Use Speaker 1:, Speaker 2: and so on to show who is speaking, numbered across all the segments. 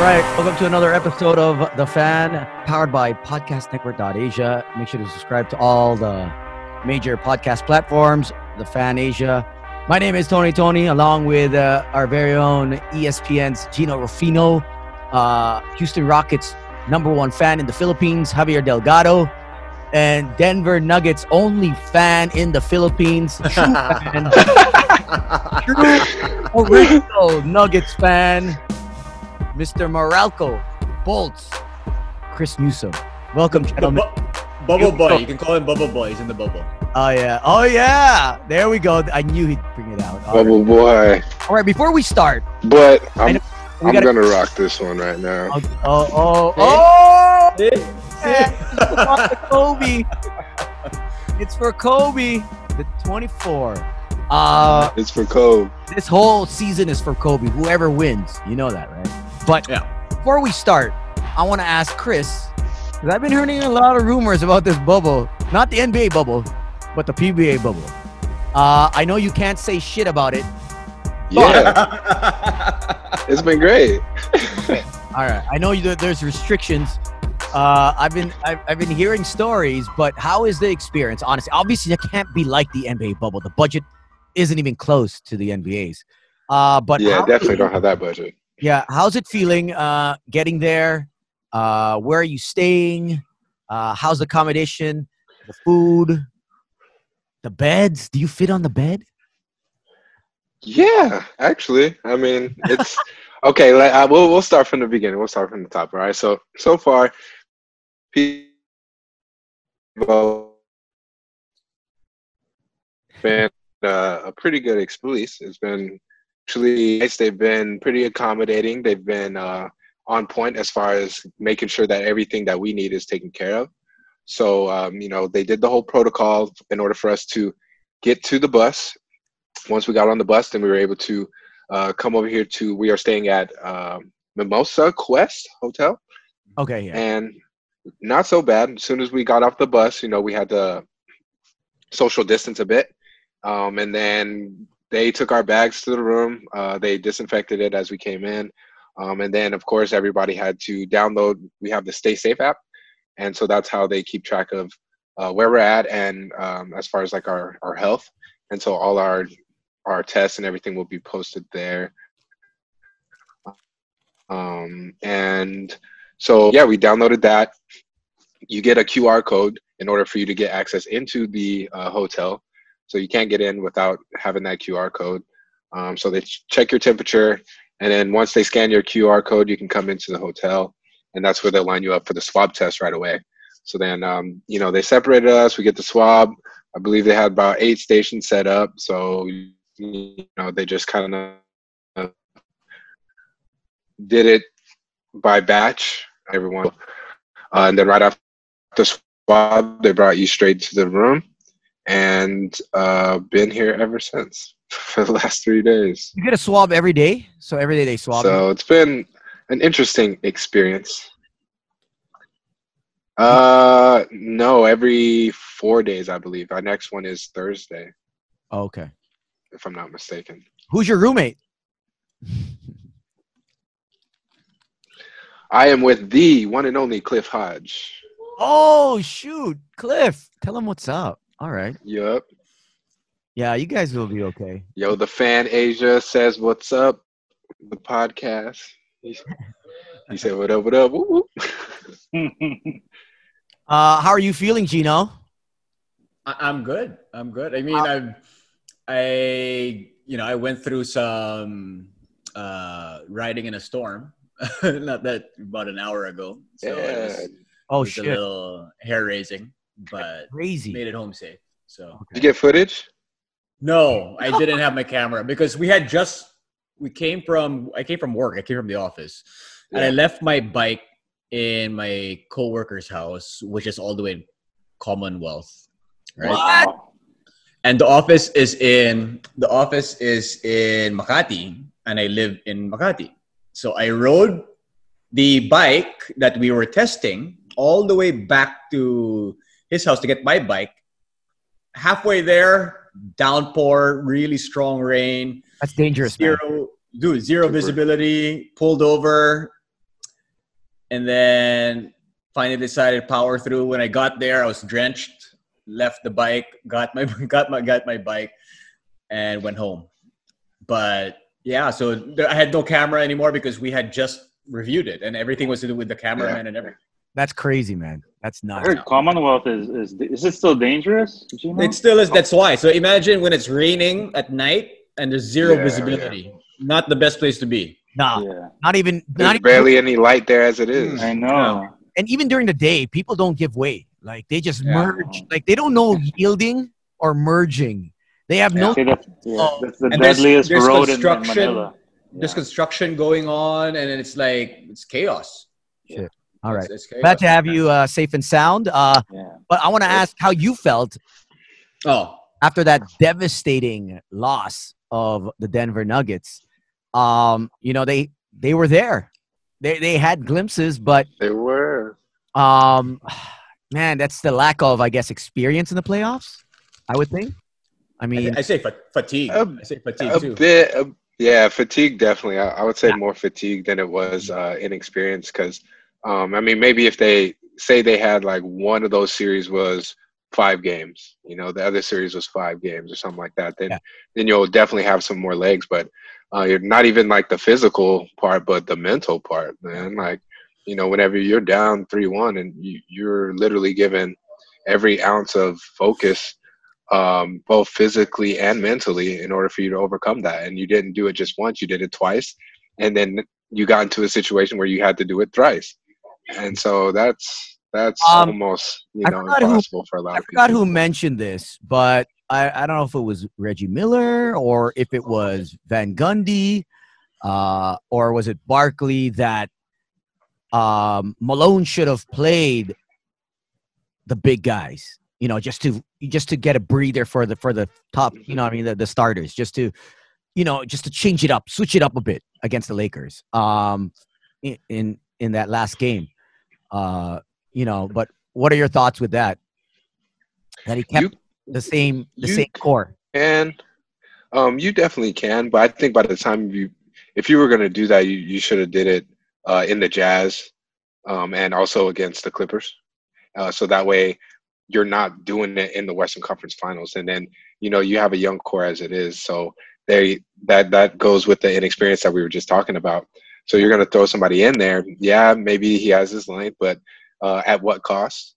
Speaker 1: All right, welcome to another episode of The Fan, powered by Podcast Network Asia. Make sure to subscribe to all the major podcast platforms, The Fan Asia. My name is Tony Tony, along with uh, our very own E ESPN's Gino Rufino, uh, Houston Rockets' number one fan in the Philippines, Javier Delgado, and Denver Nuggets' only fan in the Philippines, true fan, true original Nuggets fan, Mr. Moralco Bolts, Chris Newsom. Welcome,
Speaker 2: Bu-
Speaker 1: gentlemen.
Speaker 2: bu- bubble boy. You can call him bubble boy. He's in the bubble.
Speaker 1: Oh yeah, oh yeah. There we go. I knew he'd bring it out. All right,
Speaker 3: Bubble Oh, boy.
Speaker 1: All right, before we start,
Speaker 3: But
Speaker 1: I
Speaker 3: I'm,
Speaker 1: know. we
Speaker 3: I'm
Speaker 1: gotta-
Speaker 3: gonna rock this one right now.
Speaker 1: Oh, oh, oh, oh!
Speaker 2: Yeah.
Speaker 1: Kobe. It's for Kobe, the 24. Uh,
Speaker 3: It's for Kobe.
Speaker 1: this whole season is for Kobe. Whoever wins, you know that, right? But
Speaker 2: Yeah.
Speaker 1: before we start, I want to ask Chris because I've been hearing a lot of rumors about this bubble, not the NBA bubble, but the PBA bubble. Uh, I know you can't say shit about it.
Speaker 3: Yeah, it's been great.
Speaker 1: All right. I know you, there's restrictions. Uh, I've been I've, I've been hearing stories, but how is the experience? Honestly, obviously, it can't be like the NBA bubble. The budget isn't even close to the NBA's. Uh, but
Speaker 3: yeah,
Speaker 1: how-
Speaker 3: definitely don't have that budget.
Speaker 1: Yeah, how's it feeling? Uh, getting there? Uh, where are you staying? Uh, how's the accommodation? The food? The beds? Do you fit on the bed?
Speaker 3: Yeah, Uh, actually, I mean, it's okay. Like, I, we'll we'll start from the beginning. We'll start from the top. All right. So so far, people been uh, a pretty good experience. It's been actually nice. They've been pretty accommodating. They've been uh, on point as far as making sure that everything that we need is taken care of. So um, you know, they did the whole protocol in order for us to get to the bus once we got on the bus, then we were able to uh, come over here to. We are staying at um, Mimosa Quest Hotel,
Speaker 1: Okay. Yeah.
Speaker 3: and not so bad. As soon as we got off the bus, you know, we had to social distance a bit, um, and then they took our bags to the room. Uh, they disinfected it as we came in, um, and then of course everybody had to download. We have the Stay Safe app, and so that's how they keep track of uh, where we're at and um, as far as like our our health. And so all our our tests and everything will be posted there. Um, and so yeah, we downloaded that. You get a QR code in order for you to get access into the uh, hotel. So you can't get in without having that QR code. Um, so they ch- check your temperature, and then once they scan your QR code, you can come into the hotel, and that's where they line you up for the swab test right away. So then, um, you know, they separated us. We get the swab. I believe they had about eight stations set up. So you know, they just kind of did it by batch, everyone. Uh, and then right after swab, they brought you straight to the room and uh, been here ever since for the last three days.
Speaker 1: You get a swab every day, so every day they swab. you.
Speaker 3: So it's been an interesting experience. Uh, no, every four days, I believe. Our next one is Thursday,
Speaker 1: Oh, Okay.
Speaker 3: if I'm not mistaken.
Speaker 1: Who's your roommate?
Speaker 3: I am with the one and only Cliff Hodge.
Speaker 1: Oh shoot, Cliff! Tell him what's up. All right.
Speaker 3: Yup.
Speaker 1: Yeah, you guys will be okay.
Speaker 3: Yo, the fan Asia says, What's up? The podcast. He he said, What up, what up? Woo, woo.
Speaker 1: Uh, how are you feeling, Gino?
Speaker 2: I- I'm good. I'm good. I mean, I'm, I, you know, I went through some uh, riding in a storm, not that about an hour ago. So it was,
Speaker 3: Yeah.
Speaker 2: it
Speaker 1: Oh
Speaker 2: was a
Speaker 1: shit,
Speaker 2: little hair raising, but
Speaker 1: crazy.
Speaker 2: made it home safe. So
Speaker 3: Did you get footage?
Speaker 2: no, I didn't have my camera because we had just we came from I came from work. I came from the office, and I
Speaker 3: Yeah.
Speaker 2: left my bike in my coworker's house, which is all the way in Commonwealth, right?
Speaker 1: What?
Speaker 2: And the office is in the office is in Makati, and I live in Makati. So I rode the bike that we were testing all the way back to his house to get my bike. Halfway there, downpour, really strong rain,
Speaker 1: That's dangerous. man.
Speaker 2: zero, dude, zero
Speaker 3: Super.
Speaker 2: visibility, pulled over, and then finally decided to power through. When I got there, I was drenched. Left the bike, got my got my got my bike, and went home. But yeah, so there, I had no camera anymore because we had just reviewed it, and everything was to do with the cameraman and everything.
Speaker 1: That's crazy, man. That's
Speaker 4: I
Speaker 1: nuts.
Speaker 4: heard Commonwealth is is is it still dangerous? Did you know?
Speaker 2: It still is. That's why. So imagine when it's raining at night and there's zero
Speaker 3: Yeah,
Speaker 2: visibility. Not the best place to be.
Speaker 1: Nah,
Speaker 4: yeah,
Speaker 1: not even not
Speaker 3: There's
Speaker 1: even,
Speaker 3: barely any light there as it is.
Speaker 2: Mm.
Speaker 4: I know.
Speaker 2: No.
Speaker 1: and even during the day, people don't give way. Like they just
Speaker 2: Yeah.
Speaker 1: merge. Like they don't know yielding or merging. They have no.
Speaker 4: Okay, that's, yeah,
Speaker 1: Oh.
Speaker 4: that's the
Speaker 2: And there's-
Speaker 4: deadliest
Speaker 2: there's
Speaker 4: road in, in
Speaker 2: construction.
Speaker 4: Manila.
Speaker 2: There's construction going on, and it's like it's chaos.
Speaker 1: All right.
Speaker 2: It's- it's chaos.
Speaker 1: Glad to have you uh, safe and sound. Uh,
Speaker 4: yeah.
Speaker 1: but I want to ask how you felt
Speaker 2: Oh,
Speaker 1: after that devastating loss of the Denver Nuggets. Um, you know they they were there. They they had glimpses, but
Speaker 3: They were.
Speaker 1: um, man, that's the lack of I guess experience in the playoffs. I would think. I
Speaker 2: I,
Speaker 1: mean,
Speaker 2: I say fa- fatigue.
Speaker 3: A-
Speaker 2: I say fatigue
Speaker 3: A
Speaker 2: too.
Speaker 3: bit. A, yeah, fatigue definitely. I, I would say more fatigue than it was uh, inexperience because, um, I mean, maybe if they say they had like one of those series was five games, you know, the other series was five games or something like that, then
Speaker 1: Yeah.
Speaker 3: then you'll definitely have some more legs. But uh, you're not even like the physical part, but the mental part, man. Like, you know, whenever you're down three one and you, you're literally given every ounce of focus um, both physically and mentally in order for you to overcome that. And you didn't do it just once, you did it twice. And then you got into a situation where you had to do it thrice. And so that's that's
Speaker 1: Um,
Speaker 3: almost you
Speaker 1: I
Speaker 3: know
Speaker 1: forgot who-
Speaker 3: impossible for a lot
Speaker 1: I
Speaker 3: of people.
Speaker 1: forgot who mentioned this, but I, I don't know if it was Reggie Miller or if it was Van Gundy uh, or was it Barkley that um, Malone should have played the big guys, you know, just to just to get a breather for the for the top, you know, what I mean the, the starters, just to you know, just to change it up, switch it up a bit against the Lakers um, in, in in that last game, uh, you know. But what are your thoughts with that? That he kept the same the
Speaker 3: you-
Speaker 1: same core.
Speaker 3: And um, you definitely can, but I think by the time you, if you were going to do that, you, you should have did it uh, in the Jazz um, and also against the Clippers. Uh, so that way, you're not doing it in the Western Conference Finals, and then you know you have a young core as it is. So they that that goes with the inexperience that we were just talking about. So you're going to throw somebody in there. Yeah, maybe he has his length, but uh, at what cost?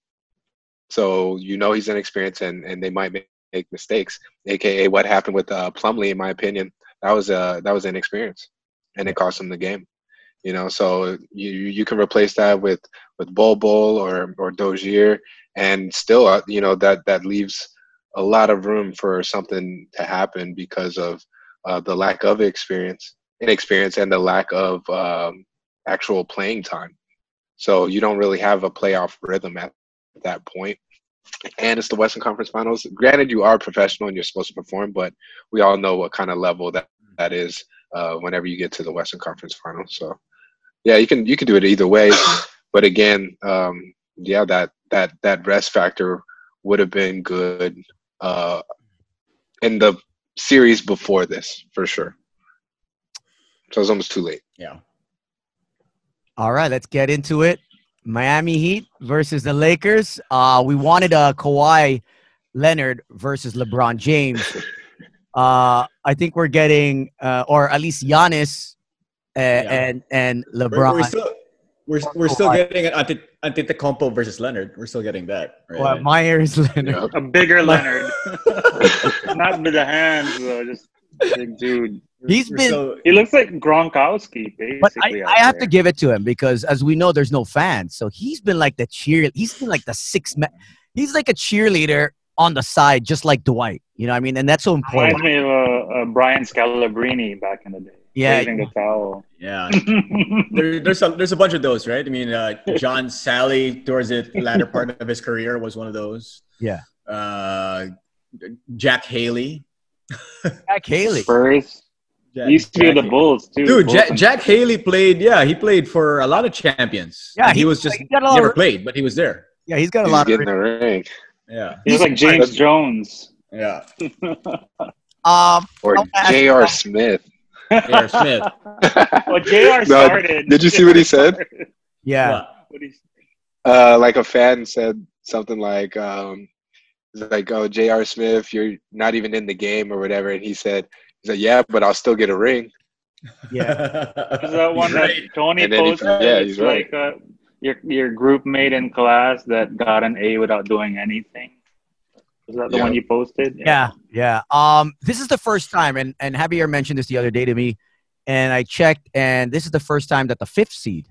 Speaker 3: So you know he's inexperienced, and and they might make, make mistakes aka what happened with uh, Plumlee, in my opinion, that was uh, that was inexperience, and it cost him the game. You know, so you you can replace that with with Bol Bol or or Dozier, and still, uh, you know, that that leaves a lot of room for something to happen because of uh, the lack of experience, inexperience, and the lack of um, actual playing time. So you don't really have a playoff rhythm at that point and it's the Western Conference Finals. Granted, you are professional and you're supposed to perform, but we all know what kind of level that that is uh, whenever you get to the Western Conference Finals. So, yeah, you can you can do it either way, but again, um, yeah, that that that rest factor would have been good uh, in the series before this for sure. So it's almost too late.
Speaker 2: Yeah.
Speaker 1: All right, let's get into it. Miami Heat versus the Lakers. Uh, we wanted uh, Kawhi Leonard versus LeBron James. Uh, I think we're getting, uh, or at least Giannis uh, and and
Speaker 2: We're,
Speaker 1: LeBron.
Speaker 2: we're still we're, we're still
Speaker 1: Kawhi.
Speaker 2: getting an Antit- Antetokounmpo versus Leonard. We're still getting that. Right?
Speaker 1: Well, my ear is Leonard.
Speaker 3: Yeah.
Speaker 4: A bigger Leonard, not with the hands though. Just big dude.
Speaker 1: He's
Speaker 2: We're
Speaker 1: been,
Speaker 2: still-
Speaker 4: He looks like Gronkowski, basically.
Speaker 1: but I,
Speaker 4: out
Speaker 1: I have
Speaker 4: there.
Speaker 1: to give it to him because, as we know, there's no fans, so he's been like the cheer. He's been like the six. ma he's like a cheerleader on the side, just like Dwight. You know, what I mean, and that's so important.
Speaker 4: Reminds me of uh, uh, Brian Scalabrine back in the day.
Speaker 1: Yeah.
Speaker 4: waving the towel.
Speaker 2: yeah. There, there's a there's a bunch of those, right? I mean, uh, John Sally towards the latter part of his career was one of those.
Speaker 1: Yeah.
Speaker 2: Uh, Jack Haley.
Speaker 1: Jack Haley.
Speaker 4: Spurs.
Speaker 2: Jack,
Speaker 4: He used to be
Speaker 2: Jack
Speaker 4: with the
Speaker 2: Haley.
Speaker 4: Bulls too.
Speaker 2: Dude,
Speaker 4: Bulls
Speaker 2: Jack,
Speaker 4: and-
Speaker 2: Jack Haley played. Yeah, he played for a lot of champions.
Speaker 1: Yeah,
Speaker 2: And he,
Speaker 1: he-
Speaker 2: was just
Speaker 1: he got a lot
Speaker 2: never
Speaker 1: of-
Speaker 2: played, but he was there.
Speaker 1: Yeah, he's got a
Speaker 3: He's
Speaker 1: lot of.
Speaker 3: getting the ring,
Speaker 2: Yeah,
Speaker 4: He was like James
Speaker 3: That's-
Speaker 4: Jones.
Speaker 2: yeah.
Speaker 1: Um,
Speaker 3: or
Speaker 1: Oh, I-
Speaker 3: J.R. Smith.
Speaker 2: J.R. Smith.
Speaker 4: Well, JR
Speaker 3: No,
Speaker 4: started.
Speaker 3: did you see what he said?
Speaker 1: yeah,
Speaker 2: What?
Speaker 3: uh, like a fan said something like, um, it's like, oh, J.R. Smith, you're not even in the game or whatever. And he said, he said, yeah, but I'll still get a ring.
Speaker 1: Yeah.
Speaker 4: Is that one
Speaker 2: He's right.
Speaker 4: that Tony
Speaker 3: And then he-
Speaker 4: posted?
Speaker 3: yeah,
Speaker 4: It's
Speaker 3: he's right.
Speaker 4: Like uh, your your group mate in class that got an A without doing anything. Is that the
Speaker 3: Yeah.
Speaker 4: one you posted?
Speaker 1: Yeah, yeah. Um, this is the first time, and and Javier mentioned this the other day to me, and I checked, and this is the first time that the fifth seed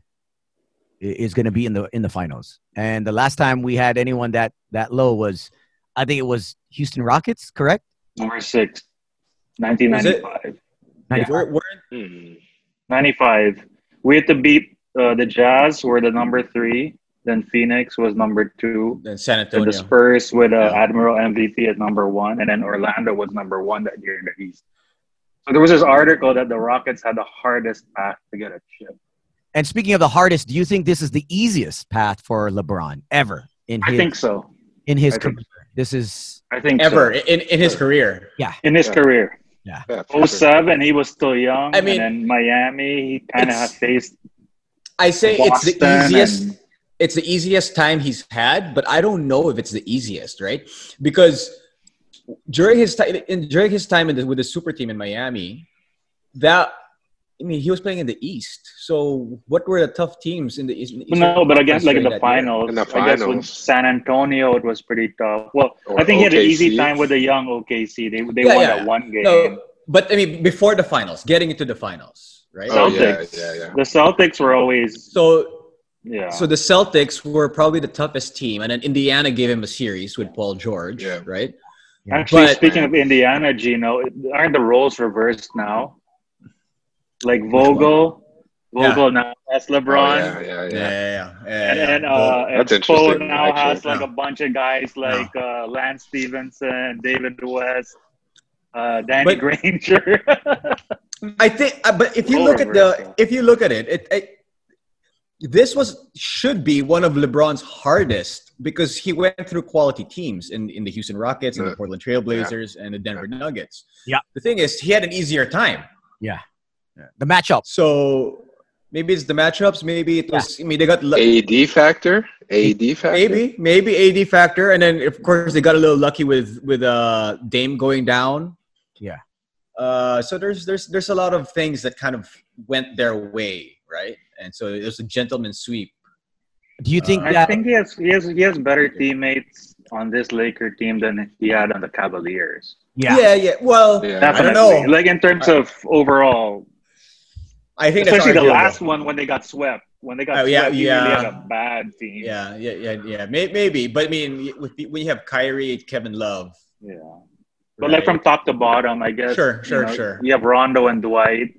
Speaker 1: i- is going to be in the in the finals. And the last time we had anyone that that low was, I think it was Houston Rockets, correct?
Speaker 4: Number six, 1995. Yeah.
Speaker 2: We're, we're,
Speaker 3: Hmm.
Speaker 4: 95. We had to beat uh, the Jazz, were the number three. Then Phoenix was number two.
Speaker 2: in San
Speaker 4: Then
Speaker 2: Antonio.
Speaker 4: the Spurs with uh,
Speaker 2: Yeah.
Speaker 4: Admiral MVP at number one, and then Orlando was number one that year in the East. So there was this article that the Rockets had the hardest path to get a chip.
Speaker 1: And speaking of the hardest, do you think this is the easiest path for LeBron ever in
Speaker 4: I
Speaker 1: his
Speaker 4: think so.
Speaker 1: in his
Speaker 4: I
Speaker 1: career?
Speaker 4: think,
Speaker 1: This is
Speaker 4: I think
Speaker 2: Ever
Speaker 4: so.
Speaker 2: in, in his career.
Speaker 4: in his
Speaker 3: Yeah.
Speaker 4: career.
Speaker 3: Yeah, for sure.
Speaker 4: 07, he was still young.
Speaker 2: I mean,
Speaker 4: and then Miami, he kind of
Speaker 2: it's-
Speaker 4: faced
Speaker 2: I say it's
Speaker 4: Boston
Speaker 2: the
Speaker 4: and-
Speaker 2: easiest. it's the easiest time he's had, but I don't know if it's the easiest, right? Because during his time in during his time in the, with the super team in Miami, that I mean, he was playing in the East. So what were the tough teams in the East? in the Eastern
Speaker 4: No, but again,
Speaker 2: Conference
Speaker 4: like in
Speaker 2: during
Speaker 4: the
Speaker 2: that year?
Speaker 4: finals,
Speaker 3: In the
Speaker 4: I guess with
Speaker 3: finals.
Speaker 4: San Antonio, it was pretty tough. Well,
Speaker 3: Or
Speaker 4: I think he had an easy
Speaker 3: OKC.
Speaker 4: time with the young OKC. They they
Speaker 2: Yeah,
Speaker 4: won
Speaker 2: yeah,
Speaker 4: that one game.
Speaker 2: No, Oh, but I mean, before the finals, getting into the finals, right?
Speaker 3: Oh,
Speaker 4: Celtics.
Speaker 3: yeah, yeah, yeah.
Speaker 4: The Celtics were always
Speaker 2: So
Speaker 4: yeah.
Speaker 2: So the Celtics were probably the toughest team, and then Indiana gave him a series with Paul George,
Speaker 3: Yeah.
Speaker 2: right?
Speaker 4: Actually,
Speaker 2: but-
Speaker 4: speaking of Indiana, Gino, aren't the roles reversed now? Like Vogel,
Speaker 2: Yeah.
Speaker 4: Vogel now has LeBron.
Speaker 3: Oh, yeah, yeah, yeah.
Speaker 2: yeah,
Speaker 4: And then
Speaker 2: But-
Speaker 4: uh, and
Speaker 3: That's
Speaker 4: Poe
Speaker 3: interesting,
Speaker 4: now has
Speaker 3: actually.
Speaker 4: like
Speaker 2: Yeah.
Speaker 4: a bunch of guys like uh, Lance Stevenson, David West, uh, Danny
Speaker 2: But-
Speaker 4: Granger.
Speaker 2: I think, uh, but if you
Speaker 4: Role
Speaker 2: look at the,
Speaker 4: reversal.
Speaker 2: if you look at it, it, it, this was should be one of LeBron's hardest because he went through quality teams in, in the Houston Rockets and the
Speaker 3: Yeah.
Speaker 2: Portland Trailblazers and the Denver Nuggets.
Speaker 1: Yeah.
Speaker 2: The thing is, he had an easier time.
Speaker 1: the matchup.
Speaker 2: So maybe it's the matchups. Maybe it was. I mean, they got lu-
Speaker 3: AD factor, AD factor.
Speaker 2: maybe maybe AD factor, and then of course they got a little lucky with with uh Dame going down.
Speaker 1: Yeah.
Speaker 2: Uh, so there's there's there's a lot of things that kind of went their way, right? And so it was a gentleman sweep.
Speaker 1: Do you think
Speaker 2: Uh,
Speaker 4: I
Speaker 1: that?
Speaker 4: think he has, he has he has better teammates on this Laker team than he had on the Cavaliers.
Speaker 1: Yeah.
Speaker 2: yeah. Well,
Speaker 3: Yeah.
Speaker 2: I don't
Speaker 4: Definitely,
Speaker 2: know.
Speaker 4: like in terms of overall,
Speaker 2: I think that's
Speaker 4: especially the
Speaker 2: arguable.
Speaker 4: last one when they got swept. When they got
Speaker 2: Oh, yeah,
Speaker 4: swept, he really
Speaker 2: yeah.
Speaker 4: had a bad team.
Speaker 2: Yeah, yeah, yeah, yeah. May- Maybe, but I mean, with the, when you have Kyrie, Kevin Love,
Speaker 4: Yeah. But like from top to bottom, I guess.
Speaker 2: Sure,
Speaker 4: you
Speaker 2: sure,
Speaker 4: know,
Speaker 2: sure.
Speaker 4: You have Rondo and Dwight.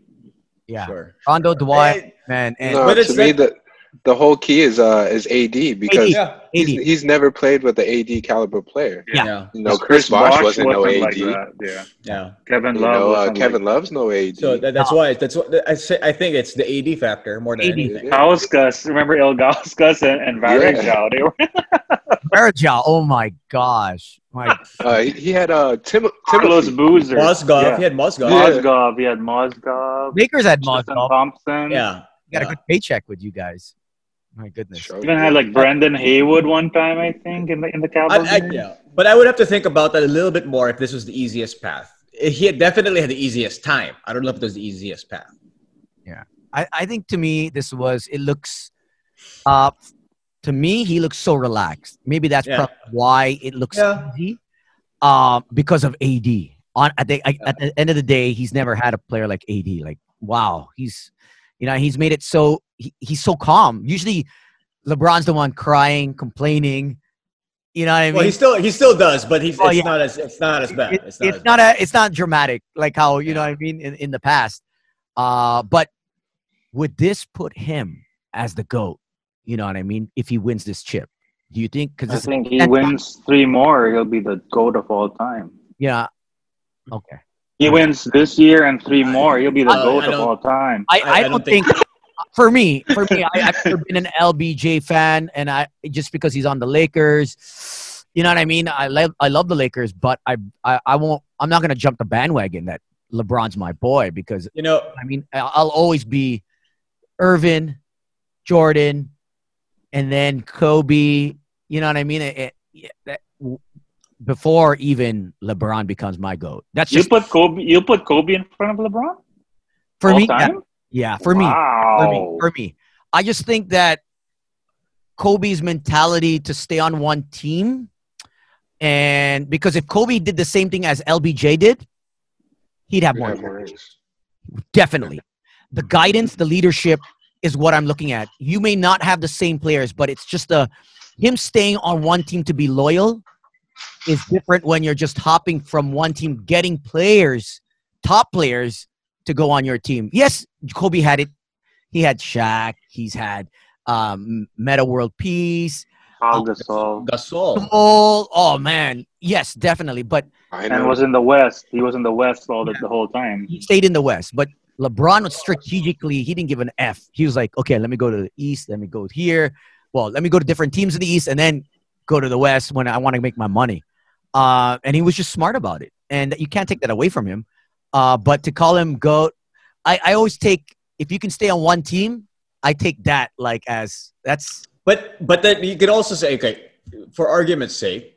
Speaker 1: Yeah.
Speaker 2: sure.
Speaker 1: Rondo Dwight,
Speaker 2: Eh,
Speaker 1: man, and
Speaker 3: No,
Speaker 2: But
Speaker 3: to
Speaker 2: it's
Speaker 3: me,
Speaker 2: like-
Speaker 3: the, the whole key is uh is AD because
Speaker 2: yeah,
Speaker 3: he's,
Speaker 1: AD.
Speaker 3: he's never played with the AD caliber player.
Speaker 4: Yeah.
Speaker 2: yeah,
Speaker 3: You know, Chris, Bosh
Speaker 4: Bosh
Speaker 3: wasn't, no AD.
Speaker 4: like that, yeah.
Speaker 2: yeah.
Speaker 4: Kevin
Speaker 3: you
Speaker 4: Love.
Speaker 3: know, uh,
Speaker 4: wasn't
Speaker 3: Kevin Love's no AD.
Speaker 2: So that, that's why that's what I say. I think it's the AD factor more than
Speaker 1: AD.
Speaker 2: anything.
Speaker 4: Gauskas, remember Il Gauskas and, and Varejao? They were
Speaker 1: Berjao. Oh my gosh, my
Speaker 3: uh, he, he had uh Tim
Speaker 4: Carlos
Speaker 3: Timothy.
Speaker 4: Boozer.
Speaker 2: Mozgov,
Speaker 4: Yeah.
Speaker 2: he had Mozgov.
Speaker 4: Mozgov. He had Mozgov.
Speaker 1: Lakers had
Speaker 4: Tristan
Speaker 1: Mozgov.
Speaker 4: Thompson.
Speaker 1: Got
Speaker 2: Yeah.
Speaker 1: a
Speaker 2: Yeah.
Speaker 1: good paycheck with you guys. My goodness.
Speaker 3: Sure.
Speaker 4: Even had like Brendan Haywood one time, I think, in the in the
Speaker 2: I,
Speaker 4: Cavaliers.
Speaker 2: I, yeah. But I would have to think about that a little bit more if this was the easiest path. He had definitely had the easiest time. I don't know if it was the easiest path.
Speaker 1: I, I think to me this was it looks uh to me he looks so relaxed. Maybe that's
Speaker 2: Yeah.
Speaker 1: probably why it looks
Speaker 2: Yeah.
Speaker 1: easy. Um because of AD. On at the I, at the end of the day, he's never had a player like AD. Like wow, he's you know he's made it so he, he's so calm. Usually, LeBron's the one crying, complaining. You know what I mean?
Speaker 2: Well, he still he still does, but he's
Speaker 1: Oh,
Speaker 2: it's
Speaker 1: yeah.
Speaker 2: not as it's not as bad.
Speaker 1: It-
Speaker 2: It's
Speaker 1: it's not
Speaker 2: not. as
Speaker 1: a it's not dramatic like how you know what I mean in, in the past. Uh, but would this put him as the goat? You know what I mean? If he wins this chip, do you think?
Speaker 4: I
Speaker 1: Because
Speaker 4: think he
Speaker 1: and-
Speaker 4: wins three more. He'll be the goat of all time.
Speaker 2: Mm-hmm.
Speaker 1: yeah, okay.
Speaker 4: He wins this year and three
Speaker 2: I-
Speaker 4: more. He'll be the
Speaker 2: I- I
Speaker 4: goat of
Speaker 2: don't-
Speaker 4: all time.
Speaker 1: I,
Speaker 2: I-
Speaker 1: I,
Speaker 2: I
Speaker 1: don't,
Speaker 2: don't
Speaker 1: think. for me, for me, I, I've never been an LBJ fan, and I just because he's on the Lakers, you know what I mean. I love I love the Lakers, but I I, I won't. I'm not gonna jump the bandwagon that LeBron's my boy because
Speaker 2: you know,
Speaker 1: I mean, I- I'll always be Irvin, Jordan, and then Kobe. You know what I mean? It- it- yeah, that- w- before even LeBron becomes my goat. That's
Speaker 4: You
Speaker 1: just
Speaker 4: put Kobe. You put Kobe in front of LeBron
Speaker 1: for
Speaker 4: all
Speaker 1: me. Yeah,
Speaker 4: Time?
Speaker 1: yeah, for me.
Speaker 4: wow.
Speaker 1: for me, for me. I just think that Kobe's mentality to stay on one team, and because if Kobe did the same thing as LBJ did, he'd have
Speaker 3: We
Speaker 1: more.
Speaker 3: have
Speaker 1: impact.
Speaker 3: more
Speaker 1: Definitely, the guidance, the leadership is what I'm looking at. You may not have the same players, but it's just the him staying on one team to be loyal is different when you're just hopping from one team, getting players, top players, to go on your team. Yes, Kobe had it. He had Shaq. He's had um, Meta World Peace.
Speaker 4: Pau Gasol.
Speaker 2: Gasol.
Speaker 1: All, oh man, yes, definitely. But
Speaker 3: I
Speaker 4: And
Speaker 3: know.
Speaker 4: was in the West. He was in the West all the, the whole time.
Speaker 1: he stayed in the West. But LeBron was strategically, he didn't give an F. He was like, okay, let me go to the East. Let me go here. Well, let me go to different teams in the East and then go to the West when I want to make my money. Uh, and he was just smart about it. And you can't take that away from him. Uh, but to call him GOAT, I, I always take, if you can stay on one team, I take that like as that's
Speaker 2: But but then you could also say, okay, for argument's sake,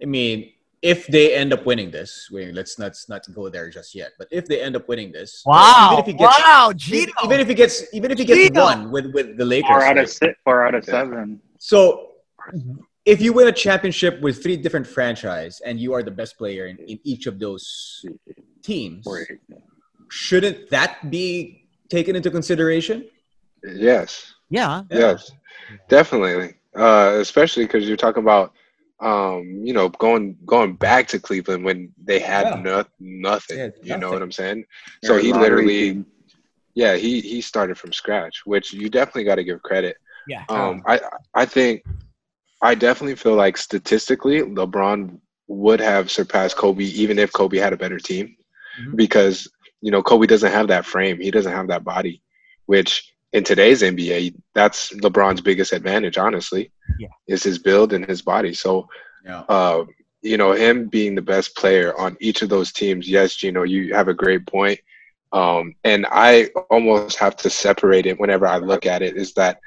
Speaker 2: I mean, if they end up winning this, we, let's not let's not go there just yet. But if they end up winning this,
Speaker 1: wow,
Speaker 2: even if he gets,
Speaker 1: wow, Gino.
Speaker 2: even if he gets, even if he gets
Speaker 1: Gino.
Speaker 2: one with with the Lakers,
Speaker 4: Four out
Speaker 2: right?
Speaker 4: of six. Four out of
Speaker 3: Yeah.
Speaker 4: seven.
Speaker 2: so if you win a championship with three different franchise and you are the best player in, in each of those teams,
Speaker 4: Great.
Speaker 2: shouldn't that be taken into consideration?
Speaker 3: Yes.
Speaker 1: yeah,
Speaker 3: Yes, definitely. Uh, especially because you're talking about, um, you know, going going back to Cleveland when they had
Speaker 2: Yeah.
Speaker 3: no, nothing.
Speaker 2: Yeah,
Speaker 3: you know what
Speaker 2: nothing.
Speaker 3: I'm saying?
Speaker 4: They're
Speaker 3: So
Speaker 4: a
Speaker 3: he
Speaker 4: lottery
Speaker 3: literally,
Speaker 4: team.
Speaker 3: yeah, he he started from scratch, which you definitely got to give credit.
Speaker 1: yeah,
Speaker 2: Oh,
Speaker 3: Um, I I think I definitely feel like statistically, LeBron would have surpassed Kobe even if Kobe had a better team,
Speaker 1: Mm-hmm.
Speaker 2: Mhm.
Speaker 3: because you know Kobe doesn't have that frame, he doesn't have that body, which in today's NBA, that's LeBron's biggest advantage, honestly.
Speaker 1: Yeah.
Speaker 3: is his build and his body. So
Speaker 2: Yeah.
Speaker 3: uh, you know, him being the best player on each of those teams, yes, Gino, you have a great point. Um, and I almost have to separate it whenever I look at it is that,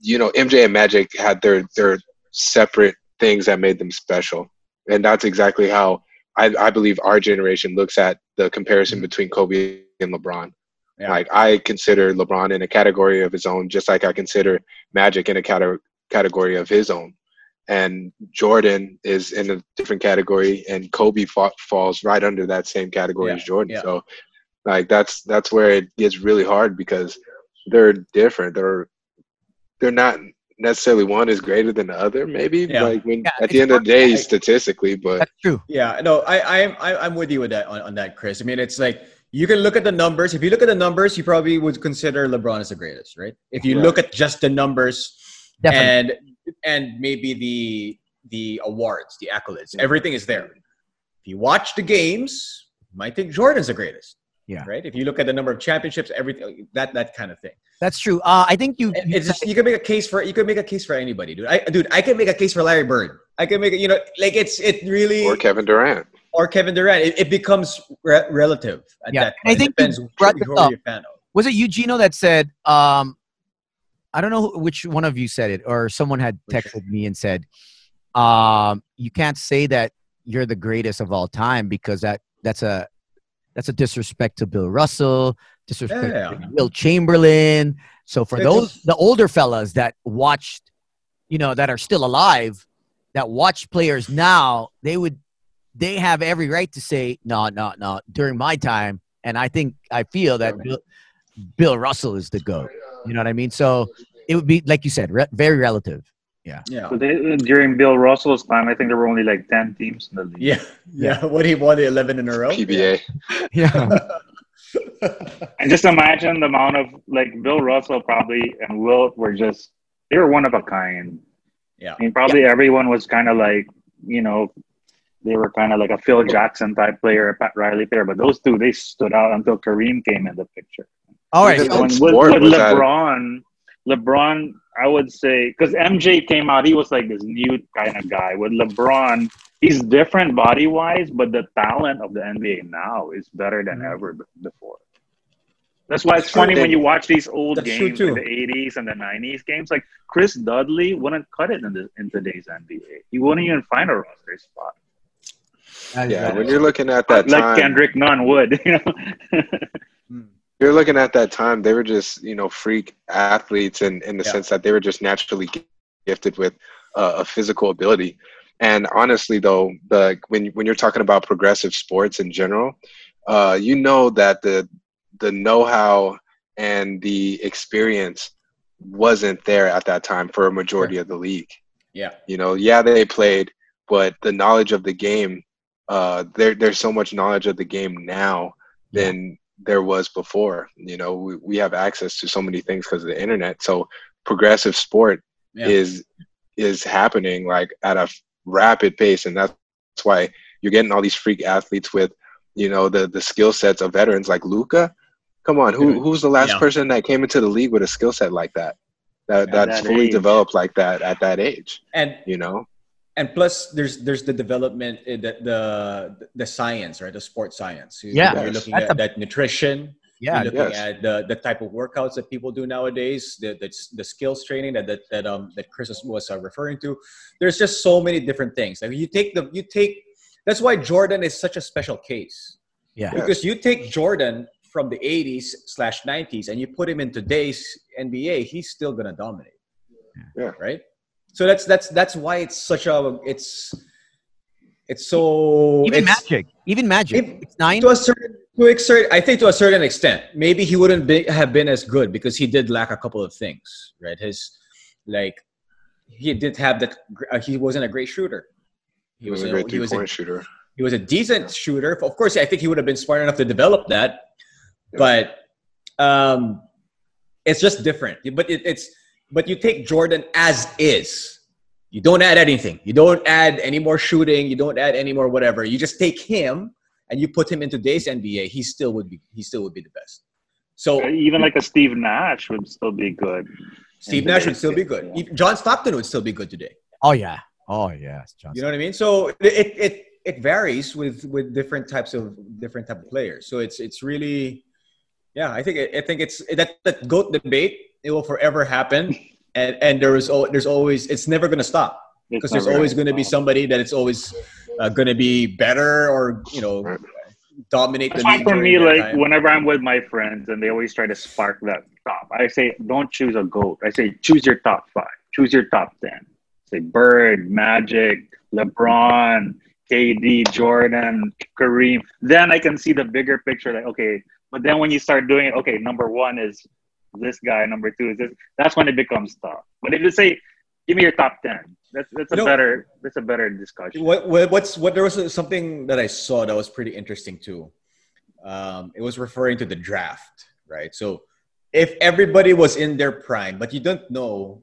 Speaker 3: you know, MJ and Magic had their, their separate things that made them special. And that's exactly how I, I believe our generation looks at the comparison between Kobe and LeBron.
Speaker 2: Mm-hmm. Yeah.
Speaker 3: Like, I consider LeBron in a category of his own, just like I consider Magic in a cate- category of his own and Jordan is in a different category, and Kobe fa- falls right under that same category
Speaker 2: Yeah,
Speaker 3: as Jordan.
Speaker 2: yeah.
Speaker 3: So, like that's that's where it gets really hard because they're different. They're they're not necessarily one is greater than the other. Maybe
Speaker 2: Yeah.
Speaker 3: like when
Speaker 1: Yeah,
Speaker 3: at
Speaker 1: it's
Speaker 3: the end of the
Speaker 1: hard to
Speaker 3: day,
Speaker 1: like-
Speaker 3: statistically, but
Speaker 1: that's true.
Speaker 2: Yeah, no, I, I'm, I- I'm with you with that on, on that, Chris. I mean, it's like you can look at the numbers. If you look at the numbers, you probably would consider LeBron as the greatest, right? If you
Speaker 3: Right.
Speaker 2: look at just the numbers
Speaker 1: Definitely.
Speaker 2: and and maybe the the awards, the accolades,
Speaker 3: Mhm.
Speaker 2: everything is there. If you watch the games, you might think Jordan's the greatest.
Speaker 1: Yeah.
Speaker 2: Right. If you look at the number of championships, everything that that kind of thing.
Speaker 1: That's true. Uh, I think you.
Speaker 2: And
Speaker 1: you
Speaker 2: It's just you can make a case for you can make a case for anybody, dude. I dude, I can make a case for Larry Bird. I can make it, you know, like it's it really
Speaker 3: or Kevin Durant.
Speaker 2: or Kevin Durant. It, it becomes re- relative at
Speaker 1: Yeah,
Speaker 2: that
Speaker 1: and I
Speaker 2: point.
Speaker 1: think
Speaker 2: it depends
Speaker 1: you brought
Speaker 2: who
Speaker 1: this up.
Speaker 2: you're a fan of.
Speaker 1: was it you, Gino, that said? Um, I don't know who- which one of you said it, or someone had
Speaker 2: Which-
Speaker 1: texted me and said, um, "You can't say that you're the greatest of all time because that that's a that's a disrespect to Bill Russell, disrespect
Speaker 2: Yeah.
Speaker 1: to Will Chamberlain." So for
Speaker 2: It's
Speaker 1: those
Speaker 2: just-
Speaker 1: the older fellas that watched, you know, that are still alive, that watch players now, they would they have every right to say no, no, no. During my time, and I think I feel that Bill, Bill Russell is the goat. You know what I mean? So it would be like you said, re- very relative.
Speaker 2: Yeah.
Speaker 4: So they, during Bill Russell's time, I think there were only like ten teams in the league.
Speaker 2: Yeah. Yeah. What he won the 11 in a row?
Speaker 3: PBA.
Speaker 1: Yeah,
Speaker 4: And just imagine the amount of like Bill Russell probably and Wilt were just they were one of a kind.
Speaker 2: Yeah.
Speaker 4: I mean, probably everyone was kind of like you know they were kind of like a Phil Jackson type player, a Pat Riley player, but those two they stood out until Kareem came in the picture.
Speaker 1: All right.
Speaker 3: Even
Speaker 1: so-
Speaker 3: though-
Speaker 4: When-
Speaker 3: What
Speaker 4: with,
Speaker 3: sport
Speaker 4: with
Speaker 3: was that?
Speaker 4: LeBron, LeBron, I would say because MJ came out, he was like this new kind of guy. With LeBron, he's different body
Speaker 2: Mm-hmm.
Speaker 4: wise, but the talent of the NBA now is better than ever b- before. That's why it's
Speaker 3: true.
Speaker 4: funny
Speaker 3: They-
Speaker 4: when you watch these old
Speaker 2: That's true
Speaker 4: games, like
Speaker 2: too.
Speaker 4: the '80s and the '90s games. Like Chris Dudley wouldn't cut it in, the, in today's NBA. He wouldn't even find a roster spot.
Speaker 1: That is
Speaker 3: Yeah,
Speaker 1: bad.
Speaker 3: when you're looking at that
Speaker 4: like
Speaker 3: time,
Speaker 4: Kendrick Nunn would. You know?
Speaker 3: you're looking at that time. They were just you know freak athletes, in, in the
Speaker 2: Yeah.
Speaker 3: sense that they were just naturally gifted with uh, a physical ability. And honestly, though, the when when you're talking about progressive sports in general, uh, you know that the the know-how and the experience wasn't there at that time for a majority of the league.
Speaker 2: Yeah.
Speaker 3: you know yeah they played but the knowledge of the game uh there there's so much knowledge of the game now than there was before you know we, we have access to so many things because of the internet so progressive sport
Speaker 2: Yeah.
Speaker 3: is is happening like at a rapid pace and that's why you're getting all these freak athletes with you know the the skill sets of veterans like luca come on who
Speaker 2: Dude,
Speaker 3: who's the last
Speaker 2: yeah.
Speaker 3: person that came into the league with a skill set like that that
Speaker 4: At
Speaker 3: that's
Speaker 4: that
Speaker 3: fully
Speaker 4: age.
Speaker 3: developed like that at that age
Speaker 2: And
Speaker 3: you know
Speaker 2: and plus there's there's the development uh, the the, the science right the sports science You-
Speaker 1: Yeah.
Speaker 2: you're
Speaker 3: Yes.
Speaker 2: looking
Speaker 1: That's
Speaker 2: at
Speaker 1: a-
Speaker 2: that nutrition
Speaker 1: yeah,
Speaker 2: you're looking
Speaker 3: yes.
Speaker 2: at the, the type of workouts that people do nowadays the, the, the skills training that that, that um that chris was uh, referring to there's just so many different things i mean you take the you take that's why jordan is such a special case
Speaker 1: yeah.
Speaker 3: Yeah.
Speaker 2: because you take jordan from the 80s slash 90s and you put him in today's nba he's still gonna dominate
Speaker 3: Yeah.
Speaker 2: right so that's that's that's why it's such a it's it's so
Speaker 1: Even
Speaker 2: it's,
Speaker 1: Magic, even Magic,
Speaker 2: If-
Speaker 1: it's nine.
Speaker 2: to a certain to a certain, I think to a certain extent, maybe he wouldn't be, have been as good because he did lack a couple of things, right? His like he did have that gr- uh, he wasn't a great shooter.
Speaker 3: He was a great
Speaker 2: he
Speaker 3: three
Speaker 2: was a,
Speaker 3: point shooter.
Speaker 2: he was a decent shooter. Of course, I think he would have been smart enough to develop that, but um, it's just different. But it, it's but you take Jordan as is. You don't add anything. You don't add any more shooting. You don't add any more whatever. You just take him and you put him in today's NBA. He still would be. He still would be the best. So
Speaker 4: even like a Steve Nash would still be good.
Speaker 2: Steve Nash would still be good. John Stockton would still be good today.
Speaker 1: Oh yeah, oh yeah, it's Johnson.
Speaker 2: You know what I mean? So it it it varies with with different types of different type of players. So it's it's really, yeah. I think I think it's that that goat debate. It will forever happen, and and there is al- there's always it's never gonna stop because there's always going to be somebody that it's always uh, going to be better or you know
Speaker 3: Right.
Speaker 2: dominate the
Speaker 4: That's why
Speaker 2: league
Speaker 4: for
Speaker 2: during
Speaker 4: me,
Speaker 2: their
Speaker 4: like
Speaker 2: time.
Speaker 4: whenever I'm with my friends and they always try to spark that top, I say, don't choose a goat. I say, choose your top five, choose your top ten. Say Bird, Magic, LeBron, KD, Jordan, Kareem. Then I can see the bigger picture. Like, okay, but then when you start doing it, okay, number one is this guy, number two is this. That's when it becomes tough. But if you say, give me your top ten, that's that's a
Speaker 2: You know-
Speaker 4: better that's a better discussion.
Speaker 2: what, what what's what there was something that I saw that was pretty interesting too. Um, it was referring to the draft, right? So if everybody was in their prime, but you don't know,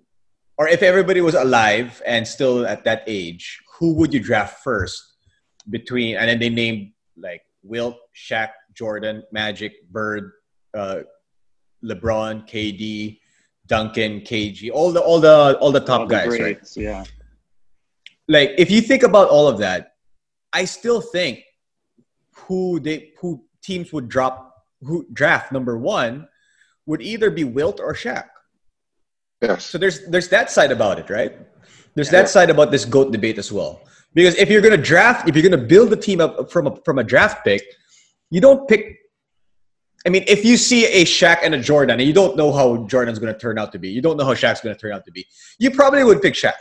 Speaker 2: or if everybody was alive and still at that age, who would you draft first between? And then they named like Wilt, Shaq, Jordan, Magic, Bird, uh, LeBron, KD, Duncan, KG, all the all the all the top
Speaker 4: All the
Speaker 2: guys, right?
Speaker 4: greats, Yeah.
Speaker 2: like if you think about all of that, I still think who they who teams would drop who draft number one would either be Wilt or Shaq.
Speaker 3: Yes.
Speaker 2: So there's there's that side about it, right? There's
Speaker 3: Yeah.
Speaker 2: that side about this goat debate as well. Because if you're gonna draft, if you're gonna build a team up from a from a draft pick, you don't pick. I mean, if you see a Shaq and a Jordan, and you don't know how Jordan's gonna turn out to be, you don't know how Shaq's gonna turn out to be, you probably would pick Shaq,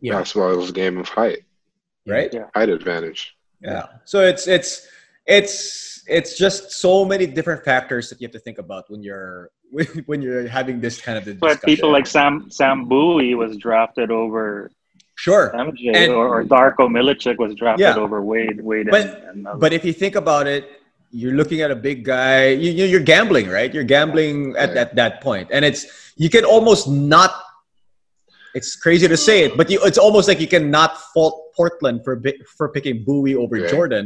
Speaker 1: Yeah.
Speaker 3: That's why it was a game of height,
Speaker 2: right?
Speaker 3: height advantage.
Speaker 2: yeah so it's it's it's it's just so many different factors that you have to think about when you're when, when you're having this kind of discussion.
Speaker 4: But people like Sam Sam Bowie was drafted over
Speaker 2: sure
Speaker 4: MJ,
Speaker 2: And-
Speaker 4: or, or Darko Milicic was drafted
Speaker 2: Yeah.
Speaker 4: over Wade. Wade,
Speaker 2: But-
Speaker 4: and, and
Speaker 2: but if you think about it you're looking at a big guy you, you- you're gambling right you're gambling at, at that point and it's you can almost not it's crazy to say it but you, it's almost like you cannot fault portland for bi- for picking bowie over
Speaker 3: Yeah.
Speaker 2: jordan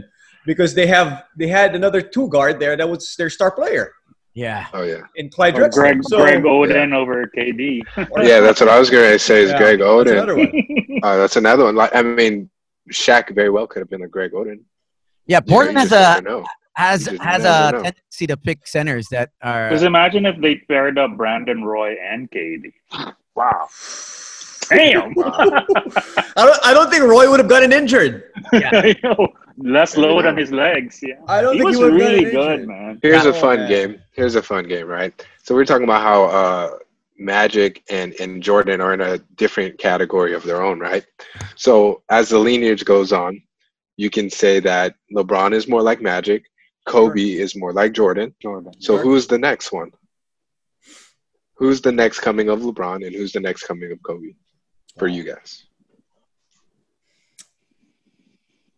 Speaker 2: because they have they had another two guard there that was their star player
Speaker 1: yeah,
Speaker 3: Oh yeah.
Speaker 2: in clyde
Speaker 4: or
Speaker 2: Drexler.
Speaker 4: Greg
Speaker 2: So-
Speaker 4: Greg Oden over KD.
Speaker 3: Yeah, that's what I was gonna say is
Speaker 2: Yeah.
Speaker 3: Greg
Speaker 2: That's
Speaker 3: Oden.
Speaker 2: another one.
Speaker 3: Uh, that's another one. Like, I mean, Shaq very well could have been a Greg Oden.
Speaker 1: yeah.
Speaker 3: You know,
Speaker 1: Portland
Speaker 3: you
Speaker 1: has
Speaker 3: just
Speaker 1: a
Speaker 3: never know.
Speaker 1: has
Speaker 3: You just
Speaker 1: has a
Speaker 3: never know.
Speaker 1: tendency to pick centers that are.
Speaker 4: Because imagine if they paired up Brandon Roy and KD. Wow. Damn.
Speaker 2: I don't, I don't think Roy would have gotten injured.
Speaker 4: Yo, less
Speaker 3: Maybe
Speaker 4: load
Speaker 3: not.
Speaker 4: on his legs. Yeah.
Speaker 2: I don't
Speaker 4: He
Speaker 2: think
Speaker 4: was
Speaker 2: he would have gotten
Speaker 4: really
Speaker 2: injured.
Speaker 4: good, man.
Speaker 3: Here's a
Speaker 2: Oh,
Speaker 3: fun
Speaker 2: man.
Speaker 3: game. Here's a fun game, right? So we're talking about how uh, Magic and, and Jordan are in a different category of their own, right? So as the lineage goes on, you can say that LeBron is more like Magic, Kobe is more like Jordan.
Speaker 4: Jordan.
Speaker 3: So
Speaker 2: Sure.
Speaker 3: who's the next one? Who's the next coming of LeBron and who's the next coming of Kobe for you guys?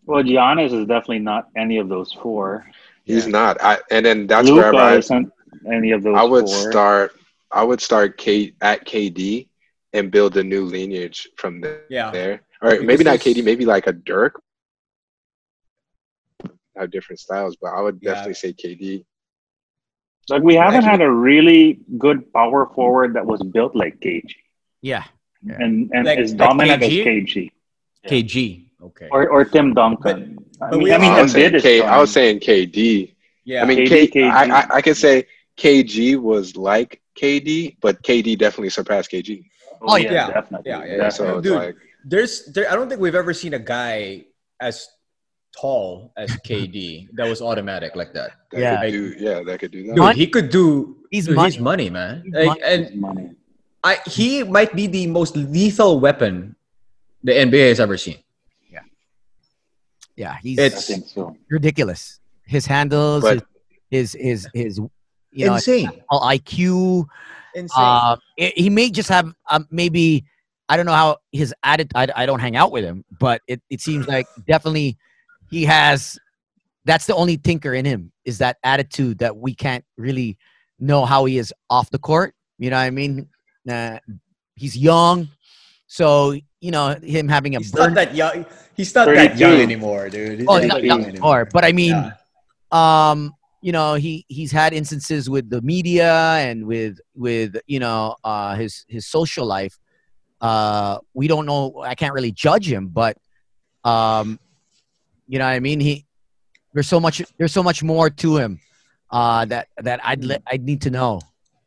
Speaker 4: Well, Giannis is definitely not any of those four.
Speaker 3: He's
Speaker 2: Yeah.
Speaker 3: not. I, and then that's where
Speaker 4: Luca
Speaker 3: I
Speaker 4: isn't any of those
Speaker 3: I would
Speaker 4: four.
Speaker 3: start. I would start K at KD and build a new lineage from there.
Speaker 2: Yeah.
Speaker 3: Or
Speaker 2: Because
Speaker 3: maybe not
Speaker 2: there's-
Speaker 3: KD. Maybe like a Dirk. Have different styles, but I would
Speaker 2: Yeah.
Speaker 3: definitely say KD.
Speaker 4: Like we haven't
Speaker 3: Actually-
Speaker 4: had a really good power forward that was built like KG
Speaker 1: yeah. Yeah.
Speaker 4: and and
Speaker 2: Like-
Speaker 4: as
Speaker 2: like
Speaker 4: dominant
Speaker 2: KG?
Speaker 4: as KG Yeah.
Speaker 2: KG. Okay.
Speaker 4: or or Tim Duncan.
Speaker 2: but
Speaker 4: I mean,
Speaker 2: we
Speaker 4: I mean
Speaker 2: all-
Speaker 3: I, was
Speaker 4: Embiid
Speaker 3: saying
Speaker 4: is
Speaker 2: Oh,
Speaker 3: K, I was
Speaker 4: fine.
Speaker 3: saying KD.
Speaker 2: yeah.
Speaker 3: I mean,
Speaker 4: KD,
Speaker 3: K, I, I, I could
Speaker 4: KD.
Speaker 3: say KG was like KD, but KD definitely surpassed KG.
Speaker 1: Oh,
Speaker 2: yeah.
Speaker 4: definitely.
Speaker 2: Yeah, yeah,
Speaker 3: Yeah, so it's
Speaker 2: Dude.
Speaker 3: like
Speaker 2: there's there, I don't think we've ever seen a guy as tall as KD that was automatic like that.
Speaker 3: that
Speaker 1: Yeah.
Speaker 3: could do, yeah, that could do that.
Speaker 2: Dude, he could do.
Speaker 1: He's
Speaker 2: dude,
Speaker 1: money.
Speaker 2: he's money, man.
Speaker 1: He's
Speaker 2: Like,
Speaker 1: money.
Speaker 2: And
Speaker 4: Money.
Speaker 2: I, he might be the most lethal weapon the NBA has ever seen.
Speaker 1: Yeah. He's
Speaker 4: I
Speaker 2: It's-
Speaker 4: think so.
Speaker 1: ridiculous. His handles,
Speaker 3: But-
Speaker 1: his, his his his you know
Speaker 2: Insane.
Speaker 1: all IQ.
Speaker 2: Insane.
Speaker 1: Um, i- he may just have um, maybe I don't know how his attitude. I, I don't hang out with him, but it, it seems like definitely he has. That's the only tinker in him is that attitude that we can't really know how he is off the court. You know what I mean? Uh, he's young, so you know him having a
Speaker 2: he's
Speaker 1: burn.
Speaker 2: not that young. He's not that
Speaker 4: 32.
Speaker 2: young anymore, dude. He's
Speaker 1: oh, he's not
Speaker 4: 32
Speaker 1: young anymore, but I mean
Speaker 2: Yeah.
Speaker 1: um you know he he's had instances with the media and with with you know uh his his social life uh we don't know i can't really judge him but um you know what i mean he there's so much there's so much more to him uh that that i'd li- i'd need to know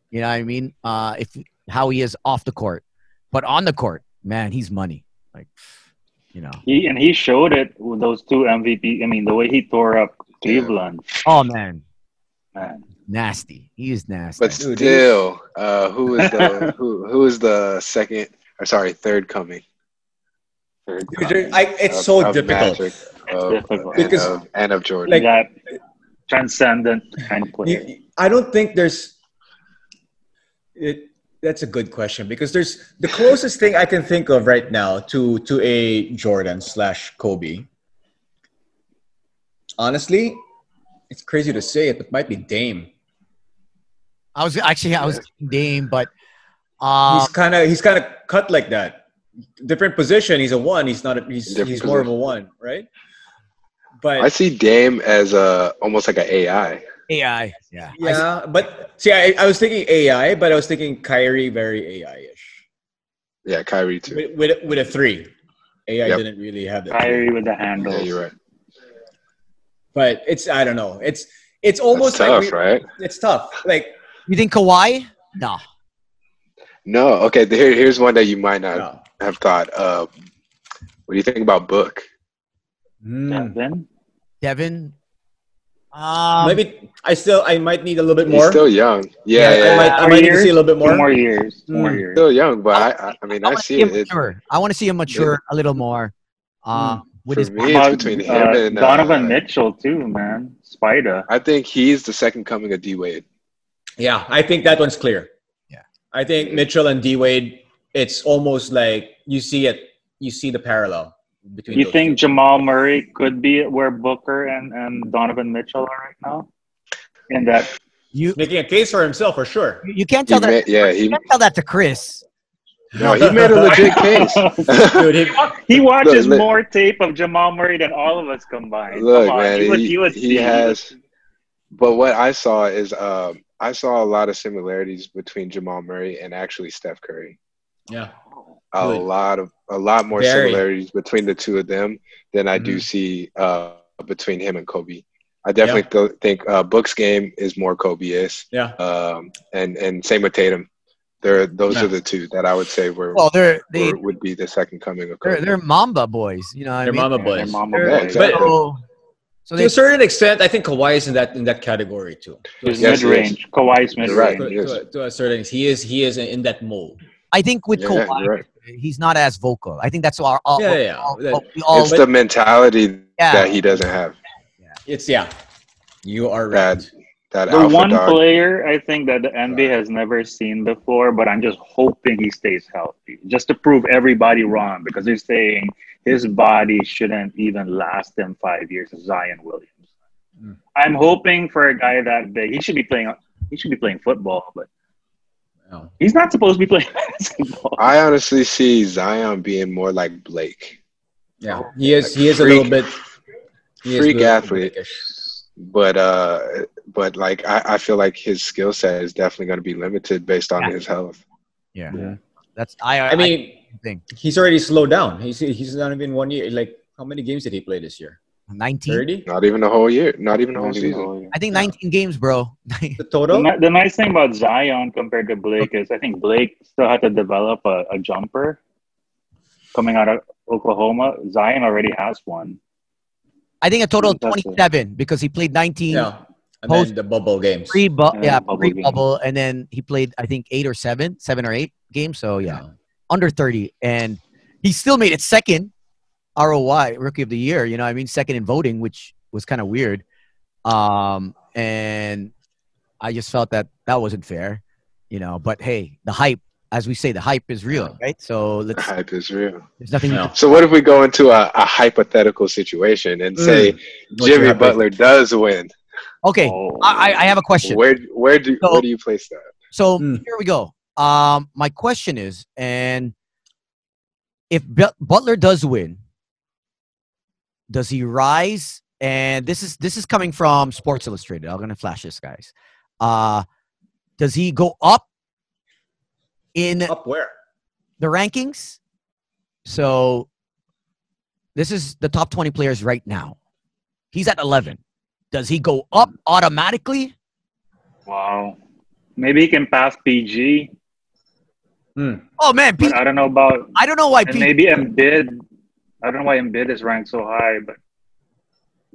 Speaker 1: you know what i mean uh if how he is off the court but on the court man he's money like you know
Speaker 4: He and he showed it with those two MVP. I mean, the way he tore up Cleveland,
Speaker 1: oh man
Speaker 4: man.
Speaker 1: nasty he is nasty
Speaker 3: But
Speaker 2: Dude, he-
Speaker 3: still, uh, who is the who who is the second or sorry third coming?
Speaker 4: Third
Speaker 2: Dude,
Speaker 4: time.
Speaker 2: there- I, it's
Speaker 3: of-
Speaker 2: so
Speaker 3: of
Speaker 2: difficult.
Speaker 3: Magic, of-
Speaker 4: Difficult.
Speaker 3: and,
Speaker 2: Because-
Speaker 3: of, and of Jordan.
Speaker 2: like-
Speaker 4: that transcendent kind of player.
Speaker 2: You- I don't think there's. It, that's a good question because there's the closest thing I can think of right now to to a Jordan slash Kobe. Honestly, it's crazy to say it, but might be Dame.
Speaker 1: I was actually I was Dame, but
Speaker 2: He's
Speaker 1: um,
Speaker 2: kind of he's kind of cut like that. Different position. He's a one. He's not. A, he's
Speaker 3: Different
Speaker 2: he's more of a one, right? But
Speaker 3: I see Dame as a almost like an AI.
Speaker 1: AI. Yeah, I s-
Speaker 2: yeah, but see, I, I was thinking AI, but I was thinking Kyrie very AI ish.
Speaker 3: Yeah, Kyrie too.
Speaker 2: with, with, with a three. AI
Speaker 3: Yep.
Speaker 2: didn't really have that.
Speaker 4: Kyrie with the handles.
Speaker 3: Yeah, you're right.
Speaker 2: But it's I don't know. It's it's
Speaker 3: Almost
Speaker 2: almost
Speaker 3: tough,
Speaker 2: like we-
Speaker 3: right?
Speaker 2: it's tough. Like
Speaker 1: You think Kawhi? No.
Speaker 3: No, okay. Here, here's one that you might not
Speaker 2: no.
Speaker 3: have thought. Uh, what do you think about Book? Hmm.
Speaker 2: Mm.
Speaker 4: Devin?
Speaker 1: Devin. Um,
Speaker 2: maybe I still I might need a little bit
Speaker 3: He's
Speaker 2: more.
Speaker 3: still young. Yeah, yeah,
Speaker 2: I
Speaker 3: yeah.
Speaker 2: might, I
Speaker 4: Four
Speaker 2: might need to
Speaker 4: years?
Speaker 2: see a little bit
Speaker 4: Two
Speaker 2: more.
Speaker 4: more years. Two
Speaker 2: Mm.
Speaker 4: more years.
Speaker 3: still young, but I, I, I mean, I,
Speaker 1: wanna
Speaker 3: see
Speaker 1: him
Speaker 3: it. it
Speaker 1: mature. I want to see him mature a little more. Um, with
Speaker 3: for
Speaker 1: his
Speaker 3: me,
Speaker 4: How
Speaker 3: it's
Speaker 4: about,
Speaker 3: between him
Speaker 4: uh,
Speaker 3: and uh,
Speaker 4: Donovan Mitchell too, man. Spider.
Speaker 3: I think he's the second coming of D Wade.
Speaker 2: Yeah, I think that one's clear.
Speaker 1: Yeah.
Speaker 2: I think Mitchell and D Wade. It's almost like you see it. You see the parallel between.
Speaker 4: You
Speaker 2: those
Speaker 4: think
Speaker 2: two.
Speaker 4: Jamal Murray could be where Booker and, and Donovan Mitchell are right now? And that
Speaker 1: you
Speaker 2: making a case for himself for sure?
Speaker 1: you can't
Speaker 3: He
Speaker 1: tell that
Speaker 3: made, yeah,
Speaker 1: you
Speaker 3: he
Speaker 1: can't tell that to Chris.
Speaker 3: no, he made a legit case.
Speaker 2: Dude, he-
Speaker 4: he watches
Speaker 3: Look, look.
Speaker 4: more tape of Jamal Murray than all of us combined.
Speaker 3: Look,
Speaker 4: Come on,
Speaker 3: man,
Speaker 4: you would-
Speaker 3: he-
Speaker 4: you would
Speaker 3: he
Speaker 4: see-
Speaker 3: has- But what I saw is um, I saw a lot of similarities between Jamal Murray and actually Steph Curry.
Speaker 2: yeah.
Speaker 3: A
Speaker 2: Good.
Speaker 3: lot of a lot more
Speaker 2: Very.
Speaker 3: similarities between the two of them than I do
Speaker 2: Mhm.
Speaker 3: see uh, between him and Kobe. I definitely go, think uh, Book's game is more Kobe-esque.
Speaker 2: Yeah.
Speaker 3: Um, and and same with Tatum. There, those
Speaker 2: Yeah.
Speaker 3: are the two that I would say were,
Speaker 1: Well, they're they,
Speaker 3: were would be the second coming of Kobe.
Speaker 1: they're they're Mamba boys. You know, what I
Speaker 2: They're
Speaker 1: mean?
Speaker 2: mama
Speaker 4: Yeah,
Speaker 2: boys.
Speaker 4: they're mama
Speaker 1: They're-
Speaker 3: Yeah,
Speaker 4: boys.
Speaker 3: exactly.
Speaker 1: So, so
Speaker 2: to
Speaker 1: they
Speaker 2: a certain extent, I think Kawhi is in that in that category too. To a
Speaker 4: He's
Speaker 2: certain-
Speaker 3: Yes, he is.
Speaker 4: mid-range. Kawhi's
Speaker 3: You're
Speaker 2: to-
Speaker 3: right.
Speaker 4: mid-range.
Speaker 2: To,
Speaker 3: he is.
Speaker 2: to- to a certain extent, he is he is in that mold.
Speaker 1: I think with
Speaker 3: Yeah, yeah,
Speaker 1: Kawhi,
Speaker 3: you're right.
Speaker 1: he's not as vocal. I think that's our all.
Speaker 2: Yeah, yeah,
Speaker 1: all-
Speaker 2: yeah.
Speaker 1: we all
Speaker 3: it's the mentality
Speaker 1: Yeah.
Speaker 3: that he doesn't have.
Speaker 2: It's yeah, you are right.
Speaker 3: That- That
Speaker 4: The
Speaker 3: alpha
Speaker 4: one
Speaker 3: dog. Uh,
Speaker 4: player I think that the NBA has never seen before, but I'm just hoping he stays healthy, just to prove everybody
Speaker 3: Mm-hmm.
Speaker 4: wrong, because they're saying his body shouldn't even last him five years. is Zion Williams.
Speaker 2: Mm.
Speaker 4: I'm hoping for a guy that big. He should be playing. He should be playing football, but
Speaker 2: Oh.
Speaker 4: he's not supposed to be playing basketball.
Speaker 3: I honestly see Zion being more like Blake,
Speaker 2: Yeah, he is he is a
Speaker 3: Freak-
Speaker 2: little bit he is a
Speaker 3: freak
Speaker 2: little
Speaker 3: athlete.
Speaker 2: freakish.
Speaker 3: but uh, but like I, I feel like his skill set is definitely going to be limited based on
Speaker 1: Yeah.
Speaker 3: his health.
Speaker 1: yeah.
Speaker 2: Yeah.
Speaker 1: That's I.
Speaker 2: I mean,
Speaker 1: think
Speaker 2: he's already slowed down. He's he's not even one year. Like how many games did he play this year?
Speaker 1: nineteen.
Speaker 2: Thirty.
Speaker 3: Not even a whole year. Not even a whole season.
Speaker 4: The,
Speaker 1: I think nineteen games, bro.
Speaker 2: The total.
Speaker 4: ni- the nice thing about Zion compared to Blake is I think Blake still had to develop a, a jumper coming out of Oklahoma. Zion already has one.
Speaker 1: I think a total of
Speaker 4: That's it.
Speaker 1: twenty-seven because he played nineteen
Speaker 2: Yeah, and
Speaker 1: Post-
Speaker 2: then the bubble games.
Speaker 1: pre bu-
Speaker 4: Yeah,
Speaker 1: yeah
Speaker 4: bubble
Speaker 1: pre
Speaker 4: game.
Speaker 1: bubble, and then he played I think eight or seven, seven or eight games.
Speaker 2: Oh,
Speaker 1: So yeah, under thirty, and he still made it second ROI Rookie of the Year. You know, what I mean, second in voting, which was kind of weird. Um, and I just felt that that wasn't fair. You know, but hey, the hype, as we say, the hype is real, right? So
Speaker 3: The
Speaker 1: let's.
Speaker 3: hype is real.
Speaker 1: There's nothing. we
Speaker 2: No.
Speaker 1: can-
Speaker 3: So what if we go into a, a hypothetical situation and
Speaker 1: Mm.
Speaker 3: say
Speaker 2: Mm. What you
Speaker 3: Jimmy
Speaker 2: have
Speaker 3: Butler does win?
Speaker 1: Okay,
Speaker 4: Oh.
Speaker 1: I, I- I have a question.
Speaker 3: Where where do
Speaker 1: So-
Speaker 3: where do you place that?
Speaker 1: So
Speaker 2: Hmm.
Speaker 1: here we go. Um, my question is, and if But- Butler does win, does he rise? And this is this is coming from Sports Illustrated. I'm gonna flash this, guys. Uh, does he go up in
Speaker 4: Oh.
Speaker 2: is up where?
Speaker 1: the rankings? So this is the top 20 players right now. He's at 11. Does he go up
Speaker 4: Hmm.
Speaker 1: automatically?
Speaker 4: Wow. Maybe he can pass PG.
Speaker 2: Hmm.
Speaker 1: Oh man, P-
Speaker 4: But I don't know about
Speaker 1: I don't know why.
Speaker 4: and
Speaker 1: P-
Speaker 4: maybe Embiid. I don't know why Embiid is ranked so high, but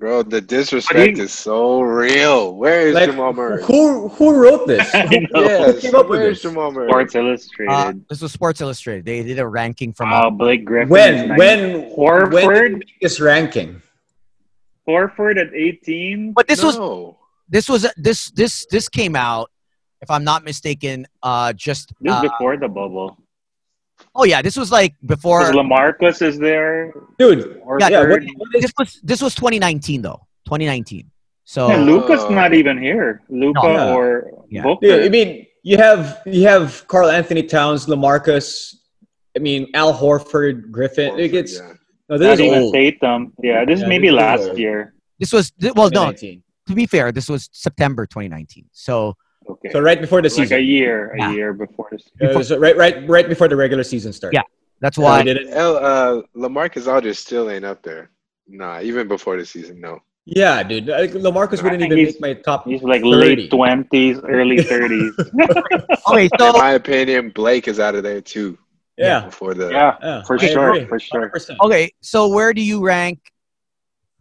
Speaker 3: Bro, the disrespect is so real. Where is
Speaker 2: Like,
Speaker 3: Jamal Murray?
Speaker 2: Who who wrote this?
Speaker 4: I know.
Speaker 3: Yes,
Speaker 2: came up with
Speaker 3: where's
Speaker 2: this?
Speaker 3: Jamal Murray?
Speaker 4: Sports
Speaker 1: Uh,
Speaker 4: Illustrated. Oh.
Speaker 1: this was Sports Illustrated. They did a ranking from. uh,
Speaker 4: wow, Blake Griffin. is
Speaker 2: when
Speaker 4: nine-
Speaker 2: when
Speaker 4: Horford?
Speaker 2: when did he make this ranking?
Speaker 4: Horford at 18.
Speaker 1: but this was
Speaker 3: No.
Speaker 1: this was this this this came out, if I'm not mistaken, uh, just
Speaker 4: This is
Speaker 1: uh,
Speaker 4: before the bubble.
Speaker 1: oh yeah, this was like before.
Speaker 4: Because Lamarcus is there.
Speaker 2: Dude,
Speaker 4: Horford.
Speaker 2: yeah, what, what is
Speaker 1: This was this was 2019 though, 2019. So
Speaker 4: Yeah,
Speaker 3: Oh.
Speaker 4: Luca's not even here. Luca
Speaker 2: No.
Speaker 4: or
Speaker 1: Yeah.
Speaker 4: Booker.
Speaker 2: Yeah, I mean, you have you have Carl Anthony Towns, Lamarcus. I mean, Al Horford, Griffin. Like it's
Speaker 3: Yeah.
Speaker 2: no,
Speaker 4: not
Speaker 2: this is
Speaker 4: even
Speaker 2: old.
Speaker 4: Tatum. Yeah, this
Speaker 2: Yeah,
Speaker 4: is maybe
Speaker 2: this is
Speaker 4: last
Speaker 2: old.
Speaker 4: year.
Speaker 1: this was th- well no.
Speaker 2: 2019.
Speaker 1: To be fair, this was September 2019. So
Speaker 4: Okay.
Speaker 2: So right before the
Speaker 4: like a
Speaker 2: season,
Speaker 4: year, a
Speaker 1: Yeah.
Speaker 4: year before this.
Speaker 2: Uh, so right, right, right before the regular season started.
Speaker 1: Yeah, that's
Speaker 2: So
Speaker 1: why.
Speaker 2: they did it.
Speaker 3: L, uh, Lamarcus Aldridge still ain't up there. Nah, even before the season, no.
Speaker 2: Yeah, dude. Like, Lamarcus
Speaker 3: I
Speaker 2: wouldn't
Speaker 4: think
Speaker 2: even
Speaker 4: he's-
Speaker 2: make my top.
Speaker 4: He's like
Speaker 2: 30.
Speaker 4: late twenties, early thirties.
Speaker 1: Okay,
Speaker 3: In
Speaker 1: so
Speaker 3: my opinion, Blake is out of there too.
Speaker 2: Yeah,
Speaker 3: Before the
Speaker 4: yeah,
Speaker 2: yeah,
Speaker 4: for
Speaker 2: I
Speaker 4: sure,
Speaker 2: agree.
Speaker 4: for sure.
Speaker 2: 100%.
Speaker 1: okay, so where do you rank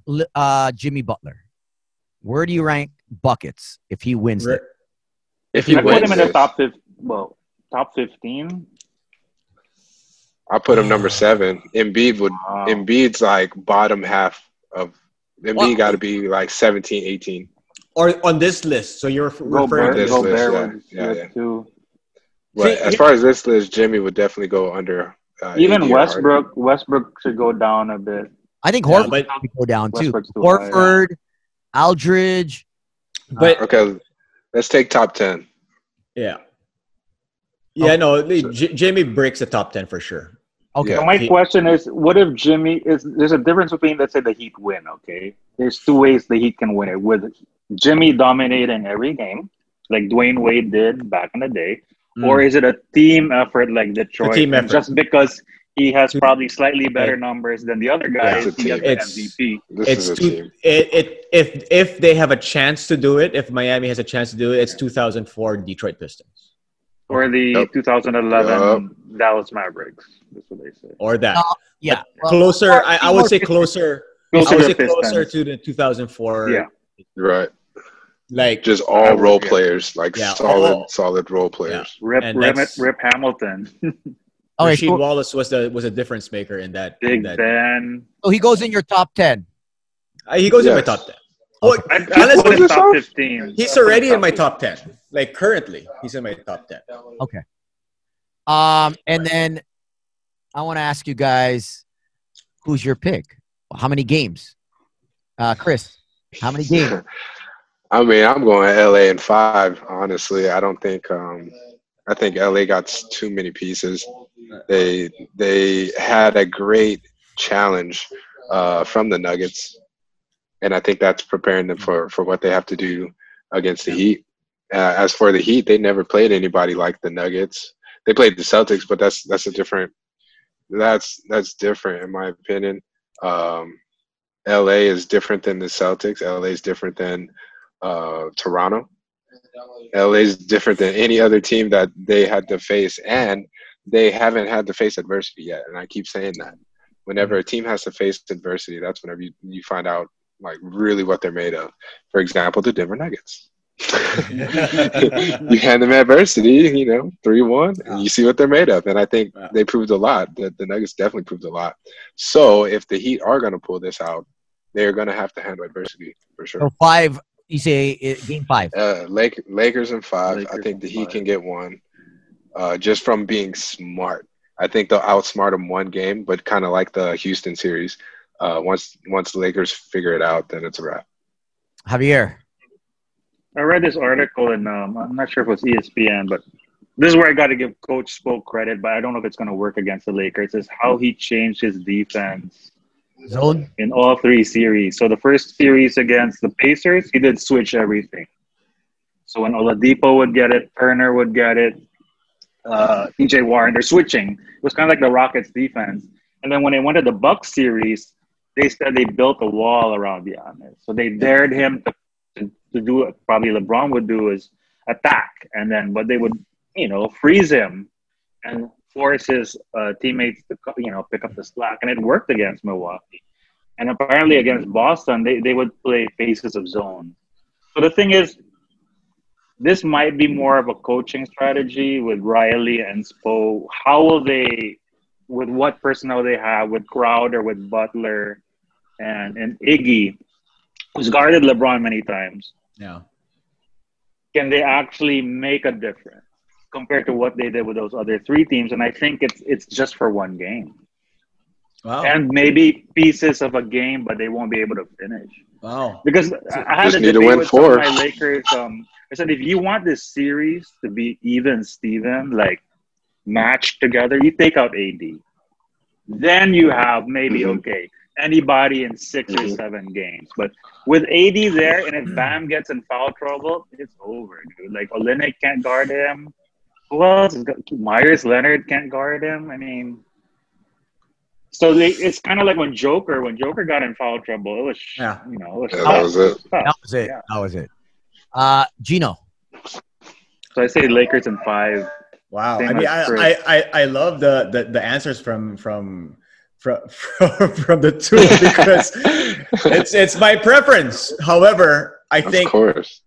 Speaker 1: li- uh, Jimmy Butler? Where do you rank buckets if he wins?
Speaker 2: Re-
Speaker 1: this?
Speaker 3: if
Speaker 4: I put him in the
Speaker 3: this,
Speaker 4: top fif- well, top fifteen.
Speaker 3: I put him number seven. Embiid would
Speaker 4: Wow.
Speaker 3: Embiid's like bottom half of Embiid
Speaker 2: Wow.
Speaker 3: got to be like 17, 18.
Speaker 2: Or on this list. So you're referring
Speaker 4: Gobert,
Speaker 3: this
Speaker 2: to
Speaker 3: list,
Speaker 4: Gobert
Speaker 3: yeah,
Speaker 4: was
Speaker 3: yeah,
Speaker 4: there
Speaker 3: yeah.
Speaker 4: too.
Speaker 3: But
Speaker 2: See,
Speaker 3: as
Speaker 2: yeah.
Speaker 3: far as this list, Jimmy would definitely go under. Uh, AD
Speaker 4: Even
Speaker 3: or Harden.
Speaker 4: Westbrook, Westbrook should go down a bit.
Speaker 1: I think
Speaker 2: Yeah,
Speaker 1: Horford
Speaker 2: but-
Speaker 1: should go down too.
Speaker 4: Westbrook's too high, yeah.
Speaker 1: Horford, Aldridge.
Speaker 2: But
Speaker 3: Okay, let's take top ten.
Speaker 2: yeah, yeah, no.
Speaker 4: Oh.
Speaker 2: J- Jamie breaks the top ten for sure.
Speaker 1: Okay.
Speaker 3: Yeah.
Speaker 4: So my
Speaker 2: He-
Speaker 4: question is, what if Jimmy is? There's a difference between let's say the Heat win. Okay, there's two ways the Heat can win it with Jimmy dominating every game, like Dwayne Wade did back in the day,
Speaker 2: Mm.
Speaker 4: or is it a team effort like Detroit?
Speaker 2: team
Speaker 4: and
Speaker 2: effort.
Speaker 4: Just because he has probably slightly better numbers than the other guys.
Speaker 3: It's a
Speaker 4: he has
Speaker 3: team.
Speaker 4: an
Speaker 2: It's-
Speaker 4: MVP.
Speaker 3: This
Speaker 2: it's
Speaker 3: is a
Speaker 2: two,
Speaker 3: team.
Speaker 2: it, it if if they have a chance to do it, if Miami has a chance to do it, it's 2004 Detroit Pistons
Speaker 4: Or the
Speaker 3: Yep.
Speaker 4: 2011 Dallas Mavericks. That's what they say.
Speaker 2: or that
Speaker 1: No, yeah. Well,
Speaker 2: closer.
Speaker 1: or-
Speaker 2: I, I would say closer. I
Speaker 4: Closer
Speaker 2: would
Speaker 4: to
Speaker 2: say
Speaker 4: Pistons.
Speaker 2: closer to the 2004.
Speaker 4: Yeah.
Speaker 3: Right.
Speaker 2: like
Speaker 3: Just all
Speaker 4: Yeah.
Speaker 3: role players, like
Speaker 2: Yeah,
Speaker 3: solid,
Speaker 2: all-
Speaker 3: solid role players.
Speaker 4: Rip,
Speaker 2: And
Speaker 4: Rip,
Speaker 2: that's-
Speaker 4: Rip Hamilton,
Speaker 1: Okay,
Speaker 2: Rasheed
Speaker 1: so,
Speaker 2: Wallace was the was a difference maker in that. in
Speaker 4: Big
Speaker 2: that.
Speaker 4: Ben.
Speaker 1: so he goes in your top ten.
Speaker 2: Uh, he goes in my
Speaker 3: Yes.
Speaker 2: top ten. Oh,
Speaker 1: Okay.
Speaker 4: I,
Speaker 2: Dallas
Speaker 4: I put him
Speaker 3: was yourself?
Speaker 4: top 15.
Speaker 2: he's already in my top ten. Like currently, he's in my top ten.
Speaker 1: Um, and then I want to ask you guys, who's your pick? How many games? Uh, Chris, how many games?
Speaker 3: I mean, I'm going LA in five. Honestly, I don't think. Um, I think LA got s- too many pieces. They they had a great challenge uh, from the Nuggets, and I think that's preparing them for for what they have to do against the Heat. Uh, as for the Heat, they never played anybody like the Nuggets. They played the Celtics, but that's that's a different. That's that's different in my opinion. Um, LA is different than the Celtics. LA is different than uh, Toronto. LA is different than any other team that they had to face, and they haven't had to face adversity yet. And I keep saying that. Whenever a team has to face adversity, that's whenever you, you find out like really what they're made of. For example, the Denver Nuggets. you hand them adversity, you know, three one, and you see what they're made of. And I think
Speaker 2: Yeah.
Speaker 3: they proved a lot. The, the Nuggets definitely proved a lot. So if the Heat are going to pull this out, they're going to have to handle adversity for sure.
Speaker 4: Oh.
Speaker 1: So five. You say uh, game five.
Speaker 3: Uh, Lake, Lakers and five. I
Speaker 4: Lakers
Speaker 3: think
Speaker 4: in
Speaker 3: that he
Speaker 4: five.
Speaker 3: can get one, uh, just from being smart. I think they'll outsmart him one game, but kind of like the Houston series. Uh, once once the Lakers figure it out, then it's a wrap.
Speaker 1: Javier.
Speaker 4: I read this article, and um, I'm not sure if it was ESPN, but this is where I got to give Coach Spoke credit, but I don't know if it's going to work against the Lakers. Is how he changed his defense
Speaker 1: Zone.
Speaker 4: in all three series. So the first series against the Pacers, he did switch everything. So when Oladipo would get it, Turner would get it, uh, TJ Warren, they're switching. It was kind of like the Rockets defense. And then when they went to the Bucks series, they said they built a wall around Giannis. So they dared him to, to, to do what probably LeBron would do is attack. And then but they would, you know, freeze him and force his uh, teammates to, co- you know, pick up the slack. And it worked against Milwaukee. And apparently against Boston, they, they would play phases of zone. So the thing is, this might be more of a coaching strategy with Riley and Spo. How will they, with what personnel they have, with Crowder, with Butler, and, and Iggy, who's guarded LeBron many times,
Speaker 2: Yeah.
Speaker 4: can they actually make a difference compared to what they did with those other three teams? And I think it's it's just for one game.
Speaker 2: Wow.
Speaker 4: And maybe pieces of a game, but they won't be able to finish.
Speaker 2: wow.
Speaker 4: Because I I had
Speaker 3: Just
Speaker 4: a
Speaker 3: need to
Speaker 4: debate
Speaker 3: win
Speaker 4: with some of
Speaker 3: four.
Speaker 4: my Lakers. Um, I said, if you want this series to be even, Steven, like matched together, you take out AD. Then you have maybe,
Speaker 3: Mhm.
Speaker 4: okay, anybody in 6 or
Speaker 3: Mhm.
Speaker 4: seven games. But with AD there, and
Speaker 3: Mm-hmm.
Speaker 4: if Bam gets in foul trouble, it's over, dude. Like, Olenek can't guard him. Who else? is go- Myers Leonard can't guard him. I mean, so they, it's kind of like when Joker, when Joker got in foul trouble, it was, sh-
Speaker 2: Yeah.
Speaker 4: you know, it was
Speaker 3: Yeah,
Speaker 2: Oh.
Speaker 3: that was it.
Speaker 4: tough.
Speaker 1: That was it.
Speaker 4: Yeah.
Speaker 1: That was it. Uh, Gino.
Speaker 4: So I say Lakers in five.
Speaker 2: Wow.
Speaker 4: Same
Speaker 2: I mean,
Speaker 4: as
Speaker 2: I,
Speaker 4: Chris.
Speaker 2: I, I, I love the, the, the answers from, from, from, from, from the two because it's, it's my preference. However, I
Speaker 3: Of
Speaker 2: think,
Speaker 3: course,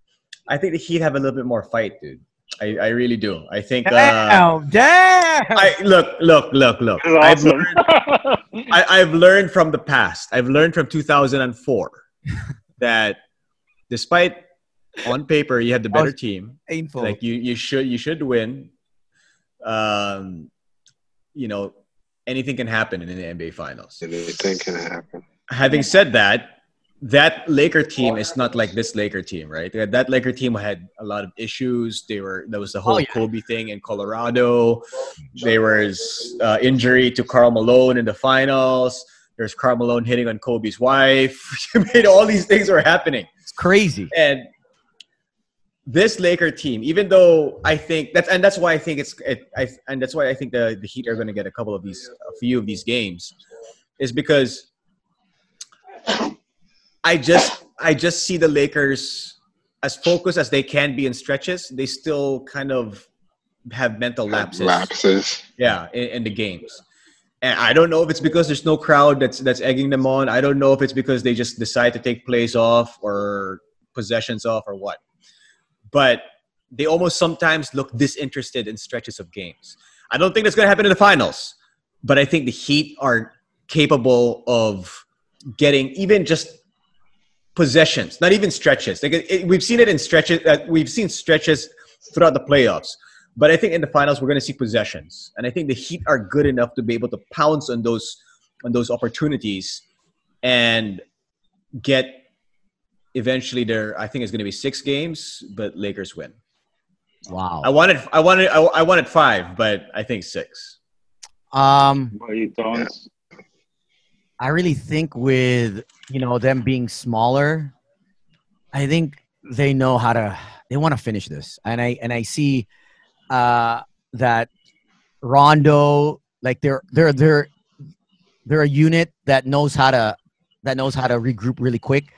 Speaker 2: I think the Heat have a little bit more fight, dude. I, I really do. I think, uh,
Speaker 1: Damn, damn.
Speaker 2: I look, look, look, look.
Speaker 4: This is
Speaker 2: I've
Speaker 4: awesome.
Speaker 2: learned, I, I've learned from the past. I've learned from 2004 that despite on paper, you have the better team.
Speaker 1: Painful.
Speaker 2: Like you, you should you should win. Um, you know, anything can happen in the NBA Finals.
Speaker 3: anything can happen.
Speaker 2: Having said that, that Laker team is not like this Laker team, right? That that Laker team had a lot of issues. They were there was the whole
Speaker 1: Oh, yeah.
Speaker 2: Kobe thing in Colorado. There was uh, injury to Carl Malone in the finals. There's Carl Malone hitting on Kobe's wife. I mean, all these things were happening,
Speaker 1: it's crazy.
Speaker 2: and this Laker team, even though I think that's and that's why I think it's it, I, and that's why I think the, the Heat are going to get a couple of these a few of these games, is because I just I just see the Lakers as focused as they can be in stretches. They still kind of have mental lapses.
Speaker 3: lapses.
Speaker 2: Yeah, in, in the games. And I don't know if it's because there's no crowd that's that's egging them on. I don't know if it's because they just decide to take plays off or possessions off or what. But they almost sometimes look disinterested in stretches of games. I don't think that's going to happen in the finals, but I think the Heat are capable of getting even just possessions, not even stretches. Like it, it- we've seen it in stretches. Uh, we've seen stretches throughout the playoffs. But I think in the finals we're going to see possessions, and I think the Heat are good enough to be able to pounce on those on those opportunities and get eventually their. I think it's going to be six games, but Lakers win.
Speaker 1: Wow.
Speaker 2: I wanted I wanted I, I wanted five, but I think six.
Speaker 1: Um,
Speaker 4: Well, you don't.
Speaker 1: I really think with you know them being smaller, I think they know how to. They want to finish this, and I and I see uh, that Rondo, like they're they're they're they're a unit that knows how to that knows how to regroup really quick,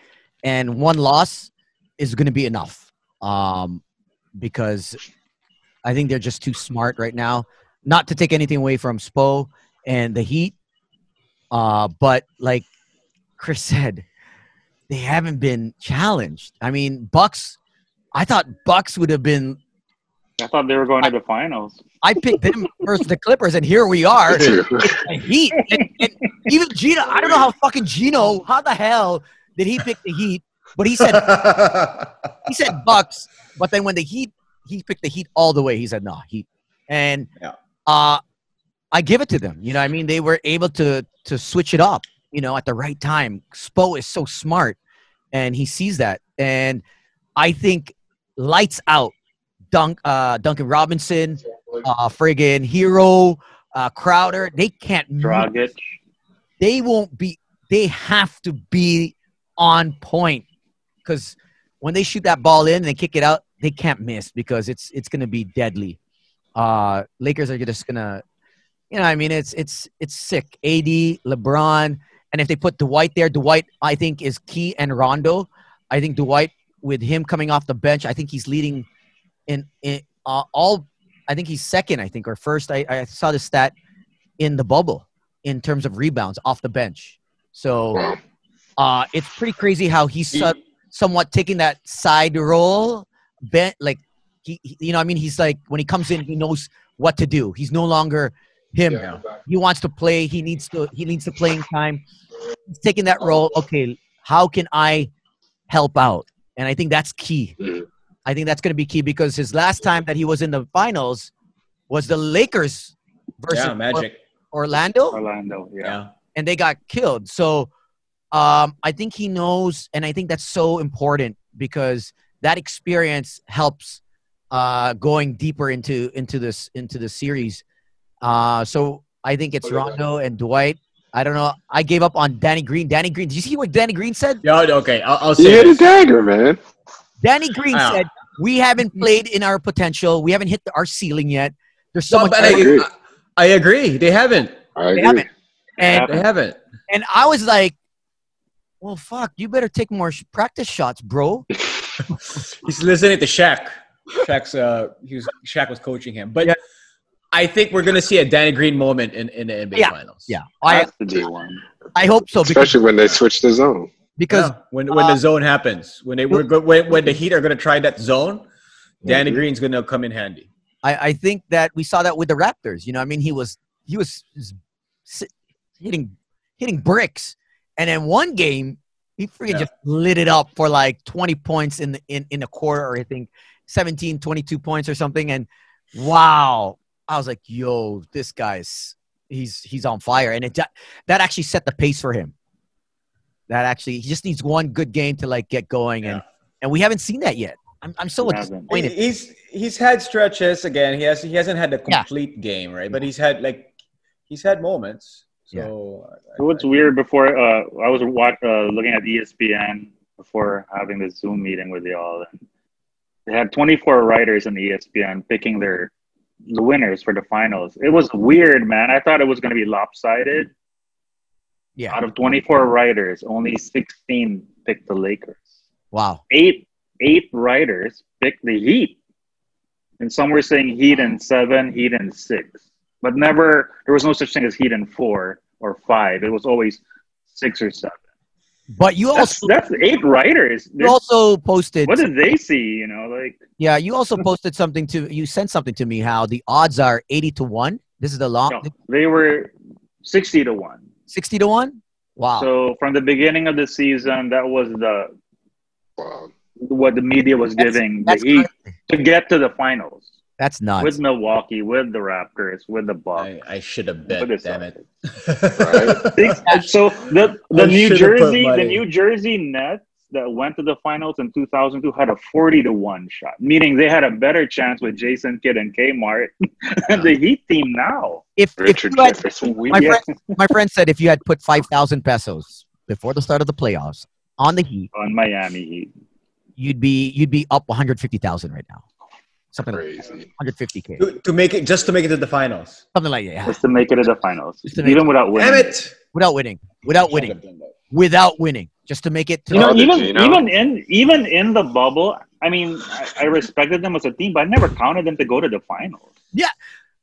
Speaker 1: and one loss is going to be enough um, because I think they're just too smart right now. Not to take anything away from Spo and the Heat, uh, but like Chris said, they haven't been challenged. I mean, Bucks. I thought Bucks would have been.
Speaker 4: I thought they were going to the finals.
Speaker 1: I picked them versus the Clippers, and here we are.
Speaker 3: True.
Speaker 1: The Heat and, and even Gino. I don't know how fucking Gino. How the hell did he pick the Heat? But he said he said Bucks, but then when the Heat, he picked the Heat all the way. He said, "Nah, Heat." And
Speaker 2: Yeah.
Speaker 1: uh, I give it to them. You know, what I mean, they were able to to switch it up. You know, at the right time. Spo is so smart, and he sees that. And I think lights out. Dunk, uh, Duncan Robinson, uh, friggin' Hero, uh, Crowder. They can't.
Speaker 3: Mhm.
Speaker 1: move
Speaker 4: Dragic.
Speaker 1: they won't be they have to be on point because when they shoot that ball in and they kick it out they can't miss because it's it's gonna be deadly uh lakers are just gonna you know i mean it's it's it's sick ad lebron and if they put dwight there dwight i think is key and rondo i think dwight with him coming off the bench i think he's leading in, in uh, all i think he's second i think or first i, I saw the stat in the bubble in terms of rebounds off the bench. So
Speaker 3: Wow.
Speaker 1: uh, it's pretty crazy how he's so- somewhat taking that side role. Ben, like he, he- you know, what I mean, he's like when he comes in, he knows what to do. He's no longer him.
Speaker 2: Yeah.
Speaker 1: He wants to play. He needs to. He needs the playing time. He's taking that role. Okay, how can I help out? And I think that's key.
Speaker 2: Mm-hmm.
Speaker 3: Mhm.
Speaker 1: I think that's going to be key because his last time that he was in the finals was the Lakers versus
Speaker 2: yeah, magic.
Speaker 1: Orlando
Speaker 4: Orlando. Yeah.
Speaker 2: Yeah.
Speaker 1: and they got killed. So um, I think he knows, and I think that's so important because that experience helps uh, going deeper into into this into the series. Uh, so I think
Speaker 3: Oh,
Speaker 1: it's Rondo and Dwight. I don't know. I gave up on Danny Green. Danny Green. Did you see what Danny Green said?
Speaker 2: Yeah. Okay. I'll, I'll
Speaker 3: You
Speaker 2: say
Speaker 3: hit a
Speaker 2: this.
Speaker 3: dagger, man.
Speaker 1: Danny Green
Speaker 2: Ah.
Speaker 1: said, "We haven't played in our potential. We haven't hit our ceiling yet. There's so
Speaker 2: No,
Speaker 1: much."
Speaker 2: but
Speaker 3: I agree.
Speaker 2: I, I agree. They haven't.
Speaker 3: I
Speaker 1: They
Speaker 3: agree.
Speaker 1: haven't. And
Speaker 2: They haven't.
Speaker 1: And I was like, well, fuck, you better take more sh- practice shots, bro.
Speaker 2: He's listening to Shaq. Shaq's uh, he was Shaq was coaching him, but
Speaker 1: Yeah.
Speaker 2: I think we're gonna see a Danny Green moment in, in the NBA
Speaker 1: Yeah.
Speaker 2: finals.
Speaker 1: Yeah.
Speaker 4: I
Speaker 1: I,
Speaker 4: have to be one.
Speaker 1: I hope so because,
Speaker 3: Especially when they switch the zone.
Speaker 1: because
Speaker 2: Yeah, when when
Speaker 1: uh,
Speaker 2: the zone happens, when they we're go, when, when the Heat are gonna try that zone, Danny
Speaker 1: Mm-hmm.
Speaker 2: Green's gonna come in handy.
Speaker 1: I, I think that we saw that with the Raptors. You know, I mean, he was he was s- s- hitting hitting bricks, and then one game he freaking
Speaker 2: Yeah.
Speaker 1: just lit it up for like 20 points in the in in a quarter, or I think 17, 22 points or something. And wow, I was like, yo, this guy's he's he's on fire, and it ju- that actually set the pace for him. That actually, he just needs one good game to like get going, and and we haven't seen that yet. I'm I'm so
Speaker 4: We haven't.
Speaker 1: disappointed.
Speaker 2: He's he's had stretches again. He has he hasn't had a
Speaker 1: Yeah.
Speaker 2: complete game right, but he's had like he's had moments. So I- I-
Speaker 4: What's weird before uh, I was E watch, uh, looking at ESPN before having this Zoom meeting with y'all, and They had 24 writers in E ESPN picking their the winners for the finals. It was weird, man. I thought it was going to be lopsided.
Speaker 1: Yeah.
Speaker 4: Out of 24 writers, only 16 picked the Lakers.
Speaker 1: Wow.
Speaker 4: Eight eight writers picked the Heat, and some were saying Heat in seven, Heat in six, but never there was no such thing as Heat in four or five. It was always six or seven.
Speaker 1: But you
Speaker 4: That's,
Speaker 1: also
Speaker 4: that's eight writers.
Speaker 1: you also posted
Speaker 4: what did they see? You know, like
Speaker 1: yeah, you also posted something to you sent something to me how the odds are 80 to 1. This is the long
Speaker 4: no, they were sixty to one.
Speaker 1: 60 to 1? Wow.
Speaker 4: So from the beginning of the season, that was the
Speaker 3: Wow.
Speaker 4: what the media was
Speaker 1: That's-
Speaker 4: giving
Speaker 1: that's
Speaker 4: the Heat to get to the finals
Speaker 1: That's nuts.
Speaker 4: with Milwaukee, with the Raptors, with the Bucks.
Speaker 2: I, I should have
Speaker 4: What
Speaker 2: bet.
Speaker 4: is
Speaker 2: Damn
Speaker 4: that?
Speaker 2: it.
Speaker 4: Six- so the the
Speaker 2: I
Speaker 4: New
Speaker 2: should've put
Speaker 4: Jersey the
Speaker 2: money.
Speaker 4: New Jersey Nets that went to the finals in 2002 had a 40 to one shot, meaning they had a better chance with Jason Kidd and Kmart than the Heat team now.
Speaker 1: if, if you
Speaker 3: Richard
Speaker 1: had,
Speaker 3: Jefferson.
Speaker 1: my,
Speaker 4: Yeah.
Speaker 1: friend, my friend said if you had put 5,000 pesos before the start of the playoffs on the Heat,
Speaker 4: On Miami Heat,
Speaker 1: you'd be you'd be up 150,000 right now. Something like
Speaker 3: Crazy.
Speaker 1: 150k.
Speaker 2: to, to make it just to make it to the finals.
Speaker 1: Something like that. Yeah.
Speaker 4: just to make it to the finals,
Speaker 1: Just to make
Speaker 4: even without winning.
Speaker 2: Damn it!
Speaker 1: Without winning. Without winning. Without winning. Just to make it to
Speaker 4: You know,
Speaker 3: Oh, did
Speaker 4: even
Speaker 3: you know?
Speaker 4: even in even in the bubble, I mean, I, I respected them as a team, but I never counted them to go to the finals.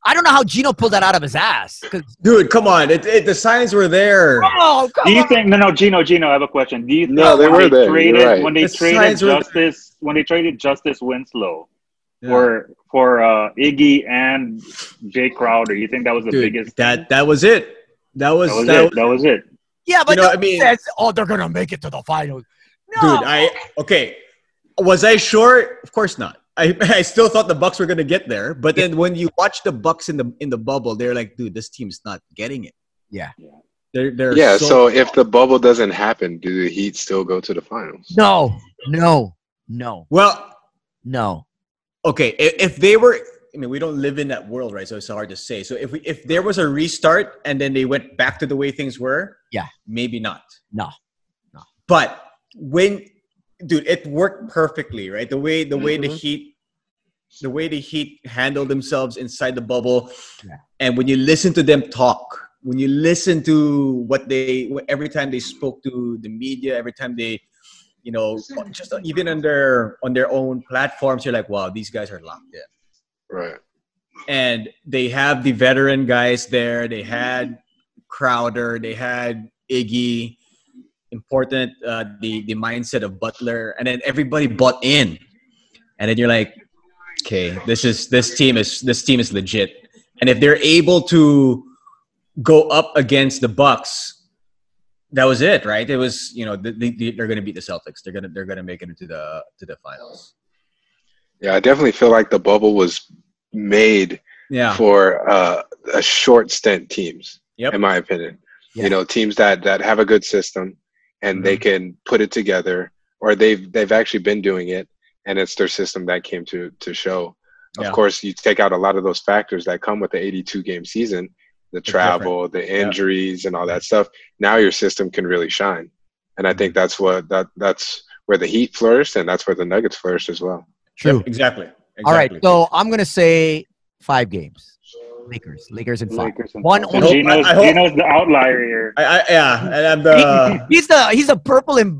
Speaker 1: I don't know how Gino pulled that out of his ass. 'cause-
Speaker 2: Dude, come on! It, it, the signs were there.
Speaker 1: Oh, come
Speaker 4: Do you
Speaker 1: on.
Speaker 4: think? No, no, Gino, Gino, I have a question. Do you think
Speaker 3: No, they
Speaker 4: when
Speaker 3: were there, you're
Speaker 4: Traded,
Speaker 3: right.
Speaker 4: When they
Speaker 2: The
Speaker 4: traded
Speaker 2: signs were there.
Speaker 4: Justice, when they traded Justice Winslow
Speaker 2: Yeah.
Speaker 4: for for uh, Iggy and Jay Crowder, you think that was the
Speaker 2: Dude,
Speaker 4: biggest?
Speaker 2: that that was it. That was
Speaker 4: that was
Speaker 2: that
Speaker 4: it. That was it.
Speaker 1: yeah, but
Speaker 2: you know,
Speaker 1: no
Speaker 2: I mean-
Speaker 1: one says, oh, they're going to make it to the finals. No.
Speaker 2: Dude, I okay. Was I sure? Of course not. I, I still thought the Bucks were gonna get there, but then when you watch the Bucks in the in the bubble, they're like, dude, this team's not getting it.
Speaker 1: Yeah.
Speaker 2: They're they're
Speaker 3: Yeah, so if the bubble doesn't happen, do the Heat still go to the finals?
Speaker 1: no, no, no,
Speaker 2: well,
Speaker 1: no.
Speaker 2: okay. If, if they were, I mean, we don't live in that world, right? So it's hard to say. So if we if there was a restart and then they went back to the way things were,
Speaker 1: Yeah.
Speaker 2: maybe not.
Speaker 1: No. No.
Speaker 2: But when, dude, it worked perfectly, right? The way the way the
Speaker 1: Mm-hmm.
Speaker 3: Mhm.
Speaker 2: Heat, the way the Heat handled themselves inside the bubble,
Speaker 1: Yeah.
Speaker 2: and when you listen to them talk, when you listen to what they every time they spoke to the media, every time they, you know, just even on their on their own platforms, you're like, wow, these guys are locked in
Speaker 3: Right.
Speaker 2: and they have the veteran guys there. They had Crowder, they had Iggy. Important uh, the the mindset of Butler, and then everybody bought in, and then you're like, okay, this is this team is this team is legit, and if they're able to go up against the Bucks, that was it, right? It was you know they, they, they're going to beat the Celtics. They're gonna they're gonna make it into the to the finals.
Speaker 3: Yeah, I definitely feel like the bubble was made
Speaker 2: Yeah,
Speaker 3: for uh, a short stint teams,
Speaker 2: Yep.
Speaker 3: in my opinion.
Speaker 1: Yeah.
Speaker 3: You know, teams that that have a good system and they
Speaker 2: Mm-hmm.
Speaker 3: can put it together, or they've they've actually been doing it, and it's their system that came to to show. Of
Speaker 2: Yeah.
Speaker 3: course, you take out a lot of those factors that come with the 82 game season, the travel, the
Speaker 2: Yeah.
Speaker 3: injuries, and all that stuff. Now your system can really shine, and
Speaker 2: Mm-hmm.
Speaker 3: I think that's what that that's where the Heat flourished, and that's where the Nuggets flourished as well.
Speaker 1: True.
Speaker 2: exactly.
Speaker 1: All right,
Speaker 2: exactly.
Speaker 1: so I'm going to say five games. Lakers. Lakers in five.
Speaker 4: Lakers and
Speaker 1: One
Speaker 4: so
Speaker 1: only-
Speaker 2: I hope-
Speaker 4: Gino's,
Speaker 2: I hope-
Speaker 4: Gino's the outlier here.
Speaker 2: I, I yeah, and I'm uh, the
Speaker 1: He's the he's a purple and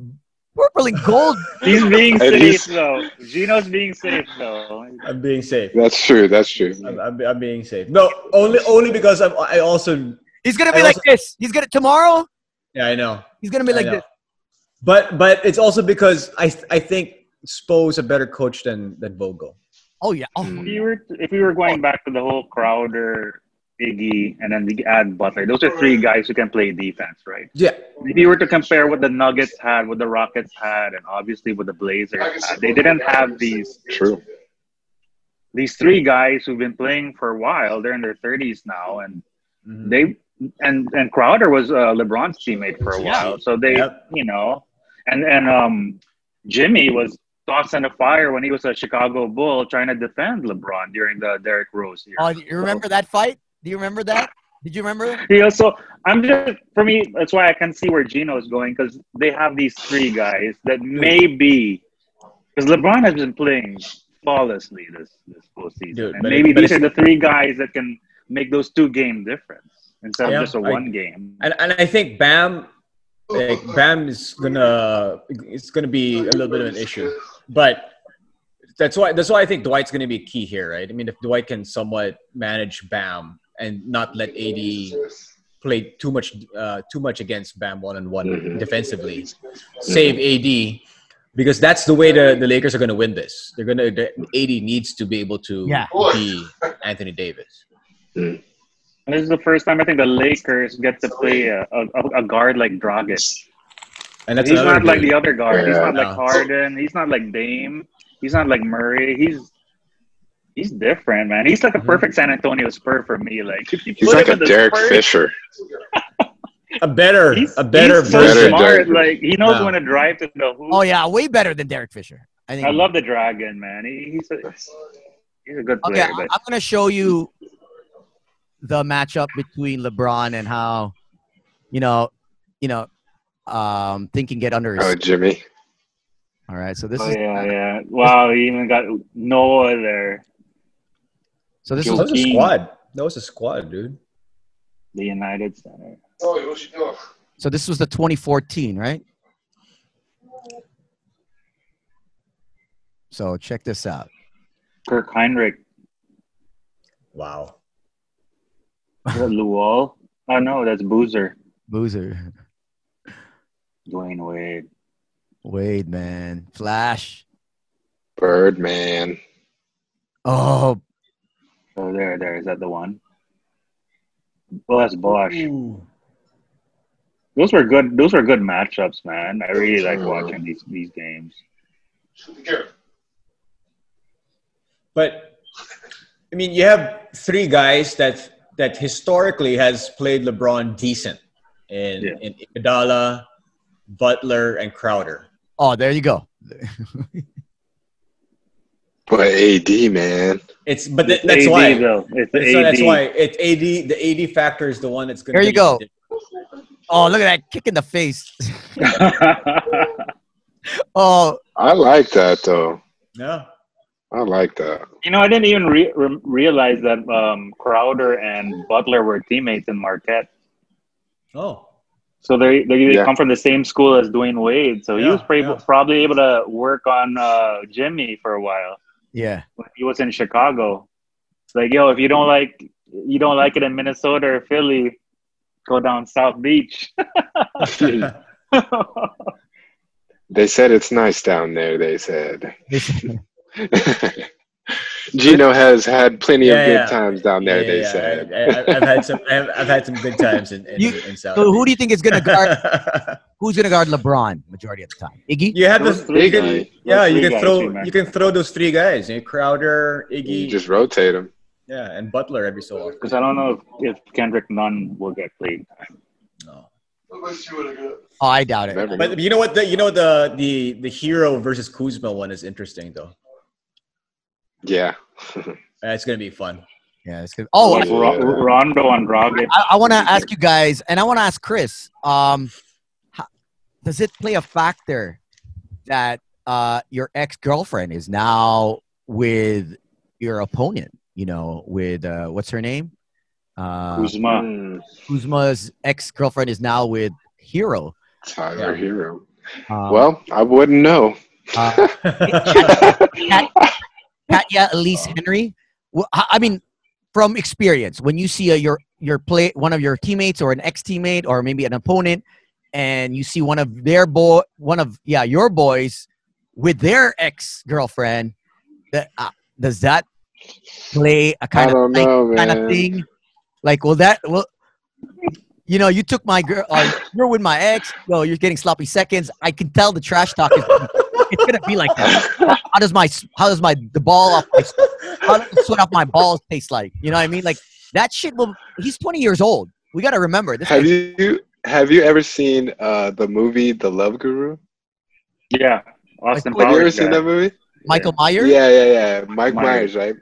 Speaker 1: purple and gold.
Speaker 4: He's being
Speaker 3: At
Speaker 4: safe
Speaker 3: least-
Speaker 4: though. Gino's being safe though.
Speaker 2: I'm being safe.
Speaker 3: That's true. That's true.
Speaker 2: I'm, I'm, I'm being safe. No, only only because I'm, I also
Speaker 1: He's gonna
Speaker 2: I
Speaker 1: be like
Speaker 2: also-
Speaker 1: this. He's gonna tomorrow.
Speaker 2: yeah I know.
Speaker 1: He's gonna be
Speaker 2: I
Speaker 1: like
Speaker 2: know.
Speaker 1: this.
Speaker 2: But but it's also because I I think Spo's a better coach than than Vogel.
Speaker 1: Oh yeah. Oh,
Speaker 2: Mm.
Speaker 4: If you were if we were going back to the whole Crowder, Iggy, and then we add Butler, those are three guys who can play defense, right?
Speaker 2: Yeah,
Speaker 4: If you were to compare what the Nuggets had, what the Rockets had, and obviously what the Blazers had, they didn't have these
Speaker 3: True.
Speaker 4: these three guys who've been playing for a while. They're in their thirties now, and
Speaker 2: Mm-hmm.
Speaker 4: they and and Crowder was uh, LeBron's teammate for a while, so they
Speaker 2: Yep.
Speaker 4: you know, and and um, Jimmy was tossed in the fire when he was a Chicago Bull trying to defend LeBron during the Derrick Rose era.
Speaker 1: oh, you remember that fight? Do you remember that? Did you remember?
Speaker 4: Yeah, so I'm just for me. That's why I can see where Gino is going because they have these three guys that maybe because LeBron has been playing flawlessly this this postseason.
Speaker 2: Dude,
Speaker 4: and
Speaker 2: but it-
Speaker 4: maybe
Speaker 2: but
Speaker 4: these are
Speaker 2: it's-
Speaker 4: the three guys that can make those two game difference instead
Speaker 2: Yeah,
Speaker 4: of just a
Speaker 2: I-
Speaker 4: one game.
Speaker 2: And, and I think Bam, like Bam is gonna it's gonna be a little bit of an issue, but that's why that's why I think Dwight's gonna be key here, right? I mean, if Dwight can somewhat manage Bam and not let AD play too much uh, too much against Bam one on
Speaker 4: Mm-hmm.
Speaker 2: one
Speaker 3: Mhm.
Speaker 2: defensively, save AD because that's the way the, the Lakers are gonna win this. They're gonna the AD needs to be able to
Speaker 1: Yeah.
Speaker 2: be Anthony Davis.
Speaker 4: And this is the first time I think the Lakers get to play a, a, a guard like Dragic.
Speaker 2: And that's
Speaker 4: he's
Speaker 2: another
Speaker 4: not like
Speaker 2: dude.
Speaker 4: the other guard. He's
Speaker 3: Yeah.
Speaker 4: not like Harden. He's not like Dame. He's not like Murray. He's he's different, man. He's like a
Speaker 2: Mhm.
Speaker 4: perfect San Antonio Spur for me. Like if you
Speaker 3: He's
Speaker 4: put
Speaker 3: like
Speaker 4: him
Speaker 3: a
Speaker 4: in the
Speaker 3: Derek
Speaker 4: Spurs,
Speaker 3: Fisher.
Speaker 2: a better
Speaker 4: He's,
Speaker 2: a better
Speaker 4: he's so
Speaker 3: Better
Speaker 2: version.
Speaker 4: smart.
Speaker 3: Derek Fisher.
Speaker 4: Like he knows
Speaker 2: Yeah.
Speaker 4: when to drive to the hoop.
Speaker 1: Oh yeah, way better than Derek Fisher. I think.
Speaker 4: I love the Dragon, man. He, he's a he's a good
Speaker 1: Okay,
Speaker 4: player.
Speaker 1: I-
Speaker 4: but
Speaker 1: I'm gonna show you the matchup between LeBron and how, you know, you know, um, thing can get under his.
Speaker 3: Oh, Jimmy.
Speaker 1: All right, so this
Speaker 4: oh
Speaker 1: is
Speaker 4: yeah, yeah. Wow, he even got Noah there.
Speaker 1: so this
Speaker 2: That
Speaker 1: is
Speaker 2: was a
Speaker 4: Joakim.
Speaker 2: squad. That was a squad, dude.
Speaker 4: The United Center.
Speaker 1: so this was the 2014, right? So check this out.
Speaker 4: Kirk Heinrich.
Speaker 2: Wow.
Speaker 4: Is that Luol? Oh no, that's Boozer.
Speaker 1: Boozer,
Speaker 4: Dwayne Wade.
Speaker 1: Wade, man, Flash.
Speaker 3: Birdman.
Speaker 1: Oh,
Speaker 4: Oh, there, there. Is that the one? Well, that's Bosch. Those were good. Those were good matchups, man. I really like watching these these games.
Speaker 2: But I mean, you have three guys that that historically has played LeBron decent in
Speaker 4: Yeah.
Speaker 2: in Iguodala, Butler, and Crowder.
Speaker 1: oh, there you go.
Speaker 3: But AD, man.
Speaker 2: It's but th-
Speaker 4: It's
Speaker 2: that's
Speaker 4: AD,
Speaker 2: why.
Speaker 4: though. It's the
Speaker 2: So
Speaker 4: AD.
Speaker 2: that's why it's AD. The AD factor is the one that's going.
Speaker 1: There you go. Oh, look at that kick in the face. oh,
Speaker 3: I like that, though.
Speaker 2: Yeah.
Speaker 3: I like that.
Speaker 4: you know, I didn't even re- re- realize that um, Crowder and Butler were teammates in Marquette.
Speaker 2: Oh.
Speaker 4: So they they, they
Speaker 3: Yeah.
Speaker 4: come from the same school as Dwayne Wade. So he
Speaker 2: Yeah,
Speaker 4: was probably,
Speaker 2: yeah.
Speaker 4: probably able to work on uh, Jimmy for a while.
Speaker 1: yeah.
Speaker 4: when he was in Chicago. It's like, yo, if you don't like you don't like it in Minnesota or Philly, go down South Beach. yeah,
Speaker 3: They said it's nice down there, they said. Gino has had plenty
Speaker 2: Yeah,
Speaker 3: of good
Speaker 2: yeah.
Speaker 3: times down there, they
Speaker 2: Yeah,
Speaker 3: said.
Speaker 2: I, I, I've had some. I've, I've had some good times in, in,
Speaker 1: You-
Speaker 2: in South.
Speaker 1: So who do you think is gonna guard?
Speaker 2: you?
Speaker 1: Who's gonna guard LeBron majority of the time? Iggy.
Speaker 2: You have
Speaker 4: Those
Speaker 2: those
Speaker 4: three
Speaker 2: you can-
Speaker 3: guys.
Speaker 2: Yeah,
Speaker 4: Those
Speaker 2: you
Speaker 4: three
Speaker 2: can
Speaker 4: guys,
Speaker 2: throw
Speaker 4: three men.
Speaker 2: you can throw those three guys. You know, Crowder,
Speaker 3: You
Speaker 2: Iggy,
Speaker 3: just rotate them.
Speaker 2: yeah, and Butler every so often.
Speaker 4: because I don't know if, if Kendrick Nunn will get played.
Speaker 2: No.
Speaker 1: Oh, I doubt it.
Speaker 3: Never know.
Speaker 2: But you know what? The, you know the the the hero versus Kuzma one is interesting though.
Speaker 3: Yeah.
Speaker 2: Uh, It's gonna be fun.
Speaker 1: Yeah, it's good. Oh,
Speaker 4: Like
Speaker 1: I,
Speaker 4: Ro- Rondo on Dragic.
Speaker 1: I want to ask you guys, and I want to ask Chris. Um, ho- does it play a factor that uh, your ex girlfriend is now with your opponent? You know, with uh, what's her name?
Speaker 2: Uh-huh.
Speaker 1: Uh,
Speaker 4: Kuzma.
Speaker 3: Mm,
Speaker 1: Kuzma's ex girlfriend is now with Hero.
Speaker 2: Yeah.
Speaker 3: Tyler Hero.
Speaker 1: Um,
Speaker 3: Well, I wouldn't know.
Speaker 1: uh, Katya Elise
Speaker 2: Uh,
Speaker 1: Henry. Well, I I mean, from experience, when you see a, your your play one of your teammates or an ex teammate or maybe an opponent, and you see one of their boy, one of yeah your boys with their ex girlfriend, that uh, does that play a
Speaker 3: I
Speaker 1: kind of
Speaker 3: don't
Speaker 1: thing,
Speaker 3: know,
Speaker 1: kind of
Speaker 3: man.
Speaker 1: thing? Like, well, that well, you know, you took my girl. Uh, you're with my ex. Well, you're getting sloppy seconds. I can tell the trash talk is. It's gonna be like that. How does my s- how does my the ball off my how does the sweat off my balls taste like? You know what I mean? Like that shit will. He's 20 years old. We got to remember this.
Speaker 3: Have
Speaker 1: guy-
Speaker 3: you have you ever seen uh, the movie The Love Guru?
Speaker 4: Yeah, Austin
Speaker 3: Have you ever
Speaker 4: Powers.
Speaker 3: seen
Speaker 4: guy.
Speaker 3: that movie?
Speaker 1: Michael Myers.
Speaker 3: Yeah, yeah, yeah. Mike Myers,
Speaker 4: Myers.
Speaker 3: right?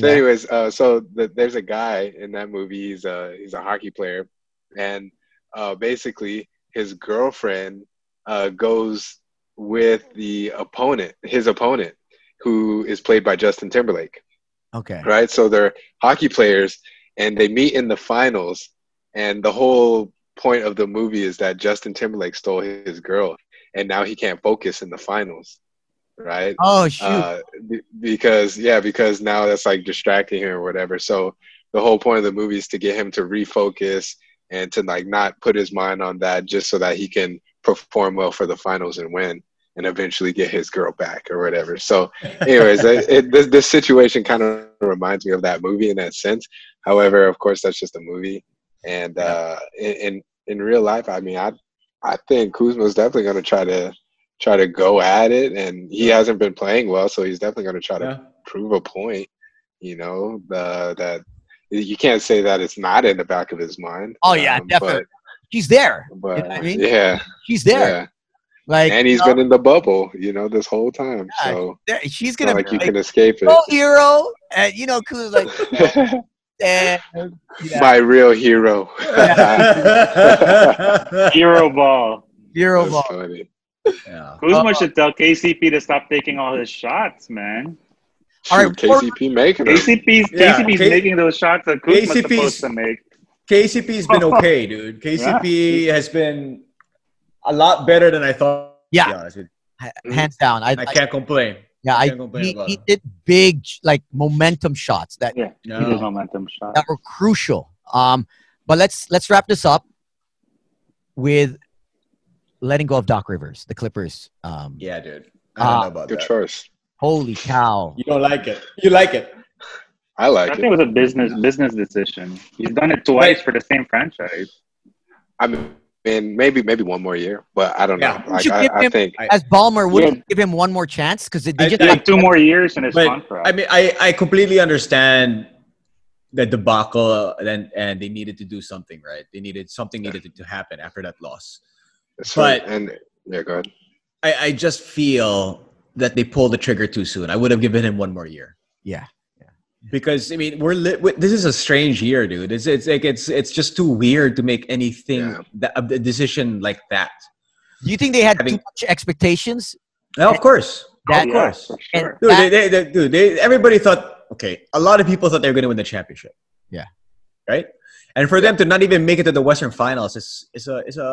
Speaker 3: So,
Speaker 1: Yeah.
Speaker 3: anyways, uh, so the, there's a guy in that movie. He's a he's a hockey player, and uh, basically his girlfriend uh, goes with the opponent, his opponent, who is played by Justin Timberlake,
Speaker 1: Okay.
Speaker 3: right? So they're hockey players and they meet in the finals. And the whole point of the movie is that Justin Timberlake stole his girl and now he can't focus in the finals, right?
Speaker 1: Oh shoot.
Speaker 3: Uh, be- because yeah, because now that's like distracting him or whatever. So the whole point of the movie is to get him to refocus and to like not put his mind on that, just so that he can perform well for the finals and win, and eventually get his girl back or whatever. So, anyways, it, it, this this situation kind of reminds me of that movie in that sense. However, of course, that's just a movie, and uh, in, in in real life, I mean, I I think Kuzma's definitely going to try to try to go at it, and he hasn't been playing well, so he's definitely going to try to
Speaker 2: Yeah.
Speaker 3: prove a point. You know, the, that you can't say that it's not in the back of his mind.
Speaker 1: Oh, yeah, definitely. He's there.
Speaker 3: But, but
Speaker 1: You know what I mean?
Speaker 3: yeah,
Speaker 1: He's there.
Speaker 3: yeah,
Speaker 1: Like
Speaker 3: and he's
Speaker 1: you know,
Speaker 3: been in the bubble, you know, this whole time.
Speaker 1: Yeah,
Speaker 3: so
Speaker 1: there, she's
Speaker 3: it's not
Speaker 1: gonna
Speaker 3: like
Speaker 1: be
Speaker 3: you
Speaker 1: like,
Speaker 3: can escape
Speaker 1: no hero, and you know, Kuz like,
Speaker 3: it.
Speaker 1: eh, yeah,
Speaker 3: My real hero.
Speaker 4: Hero ball.
Speaker 1: hero
Speaker 3: That's
Speaker 1: ball.
Speaker 3: funny.
Speaker 2: yeah.
Speaker 4: Kuzma
Speaker 1: Uh,
Speaker 4: should tell KCP to stop taking all his shots, man.
Speaker 1: All right,
Speaker 3: Shoot, KCP making it.
Speaker 4: KCP's
Speaker 2: Yeah,
Speaker 4: KCP's
Speaker 2: K-
Speaker 4: making those shots that Kuzma's
Speaker 2: KCP's
Speaker 4: supposed to make.
Speaker 2: KCP's been okay, dude. KCP has been a lot better than I thought.
Speaker 1: Yeah.
Speaker 2: to be honest with you.
Speaker 1: Ha-
Speaker 3: mm-hmm.
Speaker 1: Hands down, I,
Speaker 2: I
Speaker 1: I-
Speaker 2: can't complain.
Speaker 1: yeah,
Speaker 2: I
Speaker 1: I,
Speaker 2: can't complain
Speaker 1: he,
Speaker 2: about
Speaker 1: he
Speaker 2: him.
Speaker 1: did big like momentum shots that
Speaker 2: No.
Speaker 4: He does momentum shot.
Speaker 1: that were crucial. Um, but let's let's wrap this up with letting go of Doc Rivers, the Clippers. Um,
Speaker 2: Yeah, dude. I don't
Speaker 1: Ah,
Speaker 2: know about
Speaker 3: Good
Speaker 2: that.
Speaker 3: choice.
Speaker 1: Holy cow!
Speaker 2: You don't like it. You like it.
Speaker 3: I like
Speaker 4: I think
Speaker 3: it.
Speaker 4: it was a business business decision. He's done it twice for the same franchise.
Speaker 3: I mean, maybe maybe one more year, but I don't
Speaker 2: Yeah.
Speaker 3: know. Like,
Speaker 1: You
Speaker 3: I,
Speaker 1: give
Speaker 3: I
Speaker 1: him-
Speaker 3: think
Speaker 1: As Balmer, would
Speaker 4: Yeah.
Speaker 1: you give him one more chance because they
Speaker 2: I
Speaker 1: just
Speaker 4: He
Speaker 2: think-
Speaker 4: had two more years in his
Speaker 2: But
Speaker 4: contract.
Speaker 2: I mean, I, I completely understand the debacle and and they needed to do something, right? They needed something needed to, to happen after that loss.
Speaker 3: it's fine.
Speaker 2: but-
Speaker 3: and yeah, go ahead.
Speaker 2: I, I just feel that they pulled the trigger too soon. I would have given him one more year.
Speaker 1: Yeah. Yeah.
Speaker 2: Because I mean, we're li- w- this is a strange year, dude. It's it's like it's it's just too weird to make anything
Speaker 3: Yeah.
Speaker 2: that, a decision like that.
Speaker 1: Do you think they had
Speaker 2: Having-
Speaker 1: too much expectations?
Speaker 2: Now, of course,
Speaker 1: That-
Speaker 2: of course,
Speaker 4: for
Speaker 1: And
Speaker 4: sure.
Speaker 2: dude.
Speaker 1: that-
Speaker 2: They, they, they, dude, they, everybody thought okay. A lot of people thought they were going to win the championship.
Speaker 1: Yeah.
Speaker 2: Right. And for them to not even make it to the Western Finals is is a is a,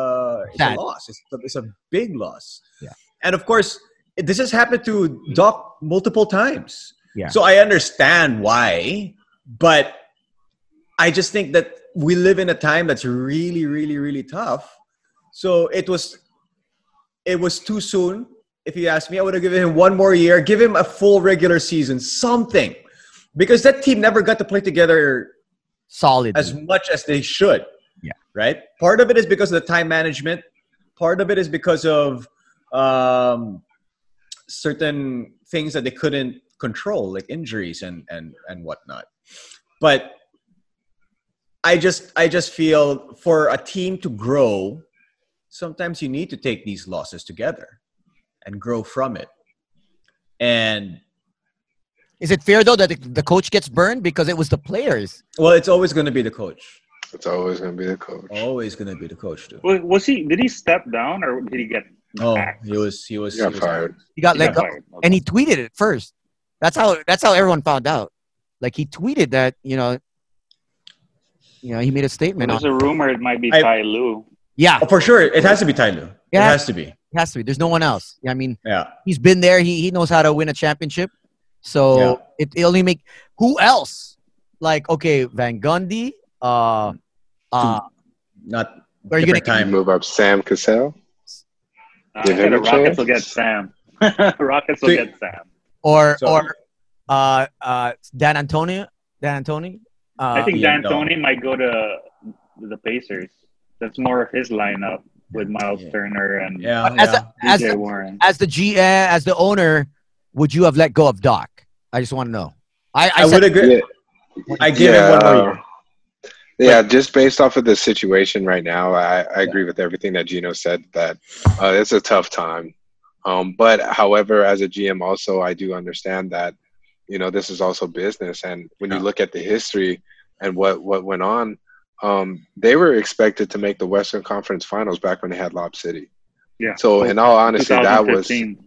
Speaker 2: it's a
Speaker 1: Sad.
Speaker 2: loss. It's a, it's a big loss.
Speaker 1: Yeah.
Speaker 2: And of course, it- this has happened to Doc multiple times.
Speaker 1: Yeah.
Speaker 2: So I understand why, but I just think that we live in a time that's really, really, really tough. So it was it was too soon. If you ask me, I would have given him one more year, give him a full regular season, something. Because that team never got to play together
Speaker 1: solid.
Speaker 2: as much as they should.
Speaker 1: Yeah.
Speaker 2: Right. Part of it is because of the time management. Part of it is because of um, certain things that they couldn't control, like injuries and and and whatnot. But I just I just feel for a team to grow, sometimes you need to take these losses together and grow from it. And
Speaker 1: Is it fair though that the, the coach gets burned because it was the players?
Speaker 2: well, it's always going to be the coach.
Speaker 3: It's always gonna be the coach.
Speaker 1: Oh,
Speaker 2: Always going to be the coach, dude.
Speaker 4: Was, was he? Did he step down or did he get?
Speaker 2: Oh,
Speaker 4: axed?
Speaker 2: he was he was,
Speaker 3: He got
Speaker 2: he was
Speaker 3: fired.
Speaker 1: He got
Speaker 4: He
Speaker 1: let
Speaker 4: got
Speaker 1: go,
Speaker 4: fired. Okay.
Speaker 1: and he tweeted it first. That's how that's how everyone found out. Like he tweeted that you know, you know, he made a statement
Speaker 4: There's
Speaker 1: on.
Speaker 4: a rumor it might be
Speaker 2: I-
Speaker 4: Ty Lue.
Speaker 1: Yeah,
Speaker 2: Oh, for sure, it has to be Tyloo. It
Speaker 1: Yeah.
Speaker 2: has to be.
Speaker 1: it has to be. There's no one else. Yeah, I mean,
Speaker 2: Yeah,
Speaker 1: he's been there. He he knows how to win a championship. So
Speaker 2: Yeah.
Speaker 1: it, it only make who else? Like okay, Van Gundy. Uh, uh,
Speaker 2: not
Speaker 1: Are you
Speaker 2: different
Speaker 1: gonna-
Speaker 2: time.
Speaker 3: Move up Sam Cassell.
Speaker 4: Uh,
Speaker 3: Give him
Speaker 4: the
Speaker 3: a
Speaker 4: Rockets
Speaker 3: chance.
Speaker 4: will get Sam. Rockets will
Speaker 2: See-
Speaker 4: get Sam.
Speaker 1: or
Speaker 2: So-
Speaker 1: or uh, uh, Dan Antonio. Dan Antonio. Uh,
Speaker 4: I think
Speaker 2: yeah,
Speaker 4: Dan
Speaker 2: no.
Speaker 4: Tony might go to the Pacers. That's more of his lineup with Miles
Speaker 2: Yeah.
Speaker 4: Turner and
Speaker 2: Yeah,
Speaker 1: But as
Speaker 2: yeah.
Speaker 1: as
Speaker 4: DJ
Speaker 1: the-
Speaker 4: Warren.
Speaker 1: as the GM, as the owner, would you have let go of Doc? I just want to know. I, I,
Speaker 2: I
Speaker 1: said,
Speaker 2: would agree.
Speaker 3: Yeah.
Speaker 2: I give him one more year.
Speaker 3: Yeah, just based off of the situation right now, I, I agree with everything that Gino said. That uh, it's a tough time, um, but however, as a GM, also I do understand that you know this is also business, and when you
Speaker 2: Yeah.
Speaker 3: look at the history and what what went on, um, they were expected to make the Western Conference Finals back when they had Lob City.
Speaker 4: Yeah.
Speaker 3: So, in all honesty, that was
Speaker 4: 2015.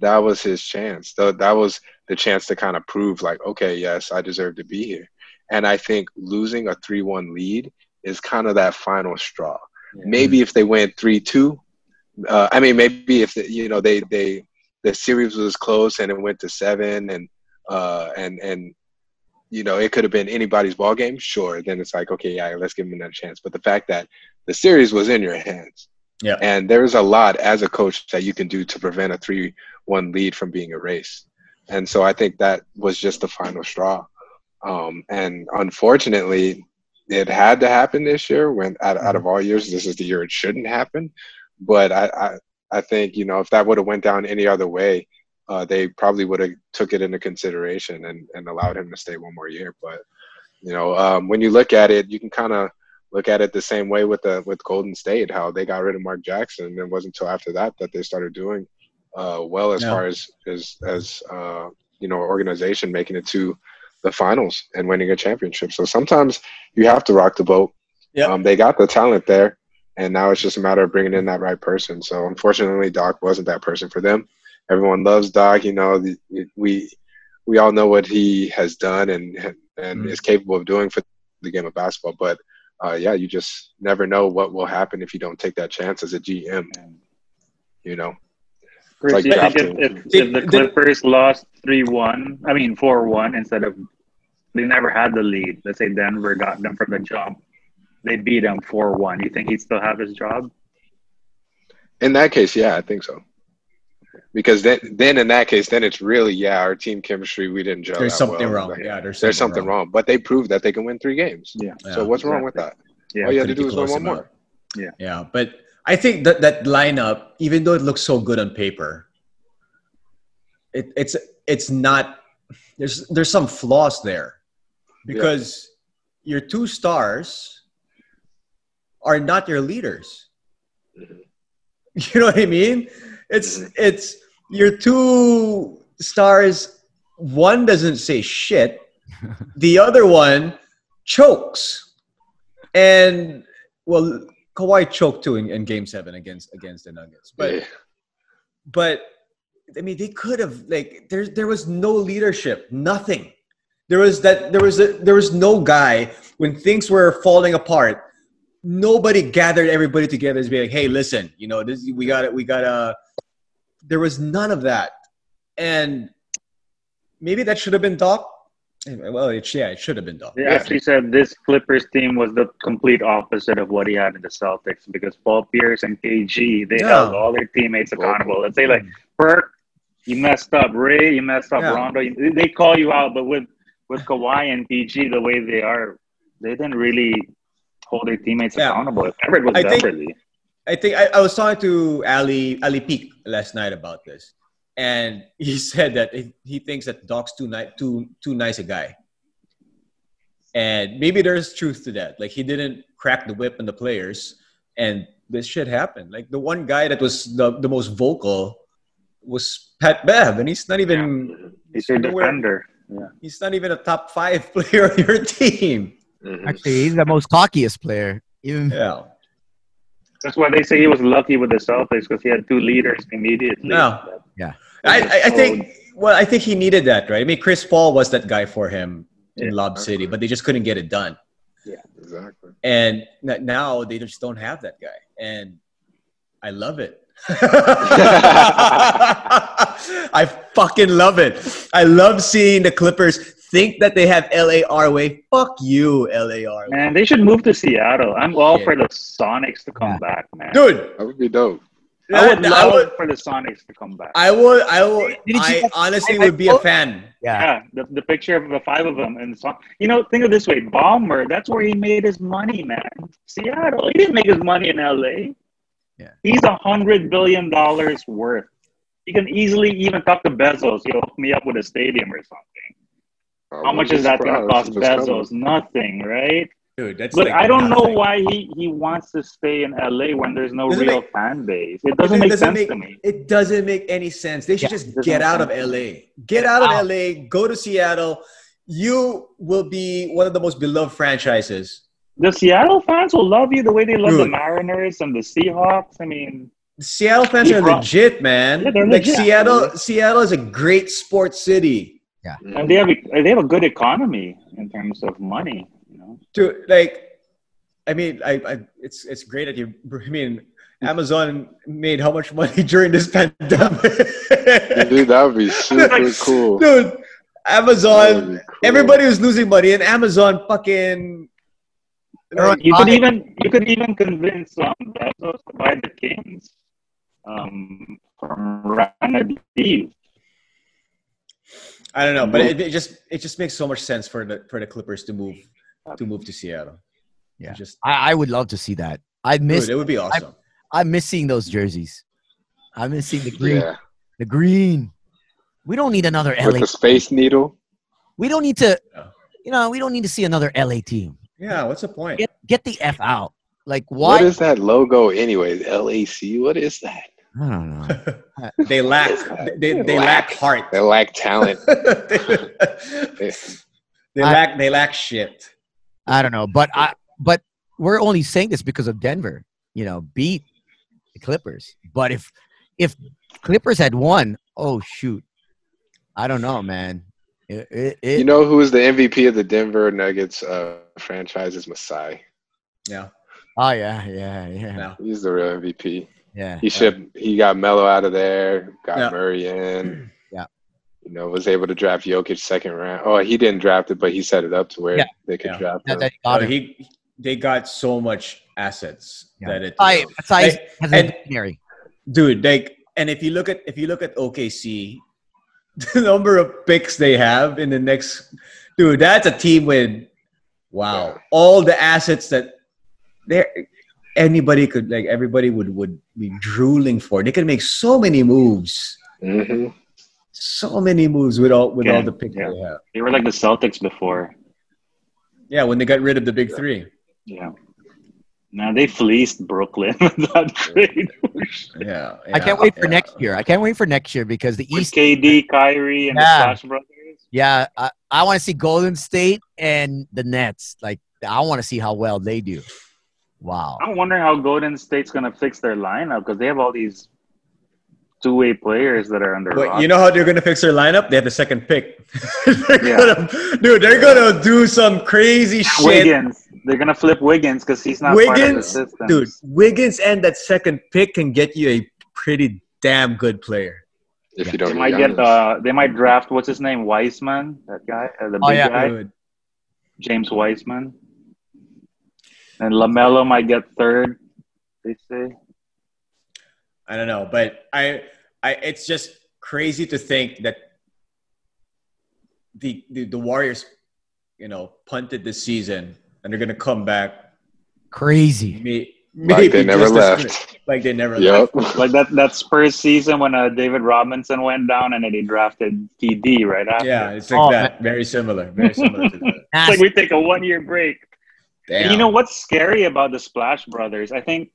Speaker 3: that was his chance. Tho- That was the chance to kind of prove like, okay, yes, I deserve to be here. And I think losing a 3-1 lead is kind of that final straw.
Speaker 4: Yeah.
Speaker 3: Maybe if they went 3-2, uh, I mean, maybe if the, you know they they the series was close and it went to seven and uh, and and you know it could have been anybody's ball game. Sure, then it's like okay, yeah, let's give them another chance. But the fact that the series was in your hands,
Speaker 2: Yeah.
Speaker 3: and there is a lot as a coach that you can do to prevent a three-one lead from being erased. And so I think that was just the final straw. Um, and unfortunately, it had to happen this year. When out, out of all years, this is the year it shouldn't happen but I, I I think you know if that would have went down any other way, uh, they probably would have took it into consideration and, and allowed him to stay one more year. But you know um, when you look at it, you can kind of look at it the same way with the with Golden State, how they got rid of Mark Jackson, and it wasn't until after that that they started doing uh, well as
Speaker 2: Yeah.
Speaker 3: far as as as uh, you know organization making it to the finals and winning a championship. So sometimes you have to rock the boat.
Speaker 2: Yeah.
Speaker 3: Um, they got the talent there and now it's just a matter of bringing in that right person. So unfortunately, Doc wasn't that person for them. Everyone loves Doc, you know. the- We we all know what he has done and and
Speaker 2: Mhm.
Speaker 3: is capable of doing for the game of basketball. But uh, yeah, you just never know what will happen if you don't take that chance as a GM. You know,
Speaker 4: Chris,
Speaker 3: like
Speaker 4: you think
Speaker 3: drafting.
Speaker 4: if, if,
Speaker 2: Did-
Speaker 4: if the
Speaker 2: did-
Speaker 4: Clippers lost 3 1, I mean 4 1, instead of they never had the lead, let's say Denver got them from the jump, they beat them 4 1, you think he'd still have his job?
Speaker 3: in that case, yeah, I think so. Because then, then in that case, then it's really yeah, our team chemistry we didn't gel.
Speaker 2: There's
Speaker 3: that
Speaker 2: something
Speaker 3: well.
Speaker 2: wrong.
Speaker 3: Like,
Speaker 2: yeah, there's something,
Speaker 3: there's something wrong. But they proved that they can win three games.
Speaker 4: Yeah.
Speaker 2: Yeah.
Speaker 3: So what's wrong with that?
Speaker 4: Yeah,
Speaker 3: All you have to
Speaker 2: Couldn't
Speaker 3: do
Speaker 2: be
Speaker 3: is win
Speaker 2: close
Speaker 3: one
Speaker 2: enough.
Speaker 3: more.
Speaker 4: Yeah.
Speaker 2: Yeah, but I think that that lineup, even though it looks so good on paper, it, it's it's not. There's there's some flaws there because your two stars are not your leaders.
Speaker 3: Mhm.
Speaker 2: You know what I mean? It's it's your two stars. One doesn't say shit. the other one chokes, and well, Kawhi choked too in, in Game Seven against against the Nuggets. But
Speaker 3: Yeah.
Speaker 2: but I mean, they could have like there there was no leadership, nothing. There was that there was a, there was no guy when things were falling apart. Nobody gathered everybody together to be like, hey, listen, you know, this we got it, we got to There was none of that, and maybe that should have been Doc. Well, it's yeah, it should have been Doc.
Speaker 4: They actually said this Clippers team was the complete opposite of what he had in the Celtics because Paul Pierce and KG they
Speaker 2: Yeah. mm.
Speaker 4: held all their teammates accountable. Let's say like Perk, you messed up. Ray, you messed up.
Speaker 2: Yeah.
Speaker 4: Rondo, you- they call you out. But with with Kawhi and PG the way they are, they didn't really hold their teammates
Speaker 2: Yeah.
Speaker 4: accountable. If ever it was
Speaker 2: I think-
Speaker 4: Beverly,
Speaker 2: I think I, I was talking to Ali Ali Peak last night about this, and he said that he- he thinks that Doc's too ni- too too nice a guy, and maybe there's truth to that. Like he didn't crack the whip on the players, and this shit happened. Like the one guy that was the, the most vocal was Pat Bev, and he's not even
Speaker 4: he's your
Speaker 2: nowhere-
Speaker 4: defender.
Speaker 2: he's not even a top five player on your team.
Speaker 3: Mhm.
Speaker 1: Actually, he's the most cockiest player. Even
Speaker 2: Yeah,
Speaker 4: That's why they say he was lucky with the Celtics because he had two leaders immediately.
Speaker 2: no. I,
Speaker 4: Yeah.
Speaker 2: I, I think well, I think he needed that, right? I mean, Chris Paul was that guy for him in
Speaker 4: Yeah.
Speaker 2: Lob City, but they just couldn't get it done.
Speaker 3: Exactly.
Speaker 2: And n- now they just don't have that guy, and I love it. I fucking love it. I love seeing the Clippers think that they have LAR way. Fuck you, LAR.
Speaker 4: Man, they should move to Seattle. I'm all
Speaker 2: Shit.
Speaker 4: for the Sonics to come back, man.
Speaker 2: Dude,
Speaker 3: That would be dope.
Speaker 4: I would
Speaker 2: I,
Speaker 4: love
Speaker 2: would,
Speaker 4: for the Sonics to come back.
Speaker 2: I would, I would,
Speaker 1: Did you see
Speaker 2: I
Speaker 1: that-
Speaker 2: honestly
Speaker 1: I- I
Speaker 2: would be a
Speaker 1: vote-
Speaker 2: fan.
Speaker 1: yeah,
Speaker 4: yeah, the, the picture of the five of them and Son- you know, think of it this way, Bomber. That's where he made his money, man. Seattle. He didn't make his money in L.A.
Speaker 1: Yeah.
Speaker 4: he's a hundred billion dollars worth. He can easily even talk to Bezos. He'll hook me up with a stadium or something.
Speaker 3: I
Speaker 4: How much
Speaker 3: wouldn't
Speaker 4: is
Speaker 3: be
Speaker 4: that going to
Speaker 3: surprised
Speaker 4: cost
Speaker 3: if Oh, it's coming.
Speaker 4: Bezos? Nothing, right?
Speaker 2: Dude, that's
Speaker 4: But
Speaker 2: like
Speaker 4: I don't know
Speaker 2: nothing.
Speaker 4: why he, he wants to stay in LA when there's no
Speaker 2: Doesn't
Speaker 4: real
Speaker 2: make-
Speaker 4: fan base. It doesn't make sense to me.
Speaker 2: It doesn't make any sense. They should
Speaker 1: Yeah.
Speaker 2: just
Speaker 4: Doesn't
Speaker 2: get
Speaker 4: make
Speaker 2: out of
Speaker 4: sense.
Speaker 2: LA. Get out of LA, go to Seattle. You will be one of the most beloved franchises.
Speaker 4: The Seattle fans will love you the way they love the
Speaker 2: Dude.
Speaker 4: Mariners and the Seahawks. I mean,
Speaker 2: Seattle fans
Speaker 4: You
Speaker 2: are
Speaker 4: brought-
Speaker 2: legit, man.
Speaker 4: Yeah, they're
Speaker 2: like
Speaker 4: legit.
Speaker 2: Seattle Seattle is a great sports city.
Speaker 1: Yeah.
Speaker 4: And they have a, they have a good economy in terms of money. You know,
Speaker 2: to like i mean i, I it's it's great that you i mean amazon made how much money during this pandemic
Speaker 3: Mm. Dude, that would be super cool.
Speaker 2: dude
Speaker 3: That
Speaker 2: amazon
Speaker 3: would be cool.
Speaker 2: everybody was losing money and amazon fucking
Speaker 1: They're
Speaker 4: you could
Speaker 1: I-
Speaker 4: even you could even convince some Bezos to buy the Kings um, from Ranadiv.
Speaker 2: i don't know but it, it just it just makes so much sense for the for the clippers to move to move to seattle
Speaker 1: Yeah.
Speaker 2: It just
Speaker 1: I, I would love to see that. I miss
Speaker 2: dude, it would be awesome
Speaker 1: I miss seeing those jerseys. I miss seeing the green.
Speaker 3: Yeah.
Speaker 1: The green. We don't need another LA.
Speaker 3: With the space needle.
Speaker 1: we don't need to.
Speaker 2: Yeah.
Speaker 1: You know, we don't need to see another LA team.
Speaker 2: yeah what's the point
Speaker 1: Get get the f out. Like why?
Speaker 3: What is that logo anyways? LAC. What is that?
Speaker 1: I don't know.
Speaker 2: they lack they, they lack heart
Speaker 3: They lack talent.
Speaker 2: they, they
Speaker 1: I-
Speaker 2: lack they lack shit
Speaker 1: I don't know. But I but we're only saying this because of Denver. You know, beat the Clippers. But if if Clippers had won, oh shoot, I don't know, man. It, it, it,
Speaker 3: you know who is the MVP of the Denver Nuggets uh, franchise? Is Masai.
Speaker 2: yeah
Speaker 1: oh yeah, yeah, yeah,
Speaker 2: no.
Speaker 3: He's the real MVP.
Speaker 1: yeah.
Speaker 3: He should. He got Melo out of there. Got
Speaker 2: Yeah.
Speaker 3: Murray in.
Speaker 1: Yeah.
Speaker 3: You know, was able to draft Jokic second round. Oh, he didn't draft it, but he set it up to where
Speaker 1: Yeah.
Speaker 3: they could
Speaker 2: Yeah.
Speaker 3: draft
Speaker 1: Not
Speaker 3: him.
Speaker 1: that he
Speaker 2: No,
Speaker 1: got it.
Speaker 2: he they got so much assets
Speaker 1: Yeah.
Speaker 2: that it
Speaker 1: I, besides,
Speaker 2: Hey,
Speaker 1: as a
Speaker 2: and-
Speaker 1: visionary.
Speaker 2: dude like and if you look at if you look at OKC the number of picks they have in the next dude that's a team with wow
Speaker 3: Yeah.
Speaker 2: all the assets that there anybody could like everybody would would be drooling for they could make so many moves
Speaker 3: hmm
Speaker 2: so many moves with all with all
Speaker 4: Yeah,
Speaker 2: the picks
Speaker 4: yeah.
Speaker 2: they have
Speaker 4: They were like the Celtics before.
Speaker 2: yeah when they got rid of the big 3
Speaker 4: Yeah. Now they fleeced Brooklyn with that trade.
Speaker 2: yeah,
Speaker 1: I can't wait for
Speaker 2: yeah.
Speaker 1: next year. I can't wait for next year because the
Speaker 4: With
Speaker 1: East.
Speaker 4: KD, Kyrie, and
Speaker 1: Yeah.
Speaker 4: the Flash Brothers.
Speaker 1: Yeah, I, I want to see Golden State and the Nets. Like, I want to see how well they do. Wow.
Speaker 4: I'm wondering how Golden State's gonna fix their lineup because they have all these two-way players that are under.
Speaker 2: But
Speaker 4: roster.
Speaker 2: you know how they're gonna fix their lineup? They have the second pick. They're
Speaker 4: Yeah.
Speaker 2: gonna- dude, they're gonna do some crazy shit.
Speaker 4: Wiggins. They're gonna flip Wiggins because he's not part of the
Speaker 2: Wiggins?
Speaker 4: system.
Speaker 2: Dude, Wiggins and that second pick can get you a pretty damn good player.
Speaker 3: If
Speaker 1: Yeah.
Speaker 3: you
Speaker 4: they
Speaker 3: don't,
Speaker 4: might
Speaker 3: get
Speaker 4: get. Uh, they might draft what's his name, Weisman. That guy, uh, the big
Speaker 1: Oh, yeah.
Speaker 4: guy,
Speaker 2: Dude,
Speaker 4: James Weisman. And Lamelo might get third. They say.
Speaker 2: I don't know, but I, I, it's just crazy to think that the the, the Warriors, you know, punted this season and they're gonna come back.
Speaker 1: Crazy.
Speaker 2: May,
Speaker 3: like
Speaker 2: maybe
Speaker 3: they never
Speaker 2: just as good-
Speaker 3: left.
Speaker 2: Like they never
Speaker 3: Yep.
Speaker 2: left.
Speaker 4: Like that that Spurs season when uh, David Robinson went down and then he drafted KD right after.
Speaker 2: Yeah, it's like
Speaker 1: Oh,
Speaker 2: that. Very similar. Very similar to that.
Speaker 4: It's like we take a one-year break. And
Speaker 2: Damn.
Speaker 4: You know what's scary about the Splash Brothers? I think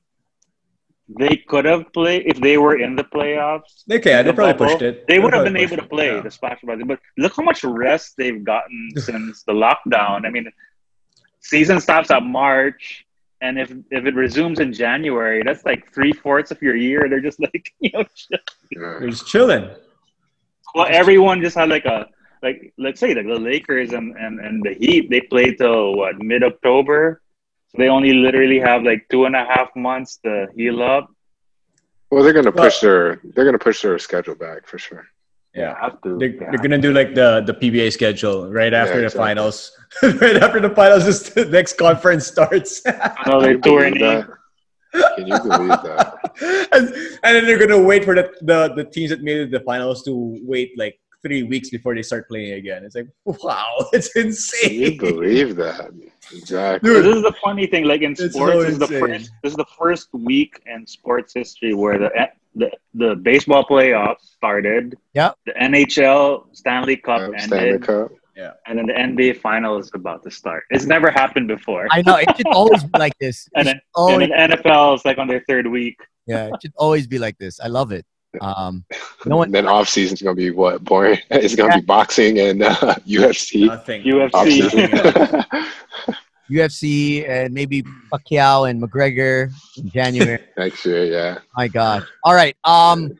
Speaker 4: they could have played if they were in the playoffs.
Speaker 2: They can. They
Speaker 4: the
Speaker 2: probably
Speaker 4: bubble,
Speaker 2: pushed it.
Speaker 4: They would have
Speaker 2: probably
Speaker 4: been able
Speaker 2: pushed
Speaker 4: to
Speaker 2: it,
Speaker 4: play
Speaker 2: yeah.
Speaker 4: the Splash Brothers, but look how much rest they've gotten since the lockdown. I mean, season stops at March, and if if it resumes in January, that's like three fourths of your year. They're just like you know, just-
Speaker 2: They're just chilling.
Speaker 4: well, everyone just had like a like let's say like the Lakers and and and the Heat. They played till what mid October, so they only literally have like two and a half months to heal up.
Speaker 3: Well, they're gonna
Speaker 2: Well-
Speaker 3: push their they're gonna push their schedule back for sure.
Speaker 2: Yeah.
Speaker 4: have to.
Speaker 2: They're,
Speaker 4: Yeah.
Speaker 2: they're gonna do like the, the PBA schedule right after the
Speaker 3: exactly.
Speaker 2: finals. right after the finals, is the next conference starts,
Speaker 4: No,
Speaker 3: Can you
Speaker 4: they're
Speaker 3: believe
Speaker 4: touring.
Speaker 3: that? Can you believe that?
Speaker 2: and, and then they're gonna wait for the, the, the teams that made it to the finals to wait like three weeks before they start playing again. It's like wow, it's
Speaker 3: Can you
Speaker 2: insane.
Speaker 3: believe that? Exactly.
Speaker 2: Dude.
Speaker 4: this is the funny thing. Like in
Speaker 2: It's
Speaker 4: sports,
Speaker 2: so
Speaker 4: this is the
Speaker 2: insane.
Speaker 4: first. This is the first week in sports history where the the, the baseball playoffs started.
Speaker 1: Yep.
Speaker 4: The NHL Stanley Cup
Speaker 3: Um,
Speaker 4: ended,
Speaker 3: Stanley Cup.
Speaker 4: and then the NBA final is about to start. It's never happened before.
Speaker 1: I know. It should always be like this.
Speaker 4: and then
Speaker 1: Oh,
Speaker 4: and then NFL is like on their third week.
Speaker 1: yeah. It should always be like this. I love it. Um, no one.
Speaker 3: then off season's gonna be what boring. It's gonna be boxing and uh, UFC.
Speaker 2: Nothing.
Speaker 3: Off
Speaker 4: UFC.
Speaker 3: season.
Speaker 1: UFC and maybe Pacquiao and McGregor in January.
Speaker 3: Next year, yeah.
Speaker 1: My God. All right. Um,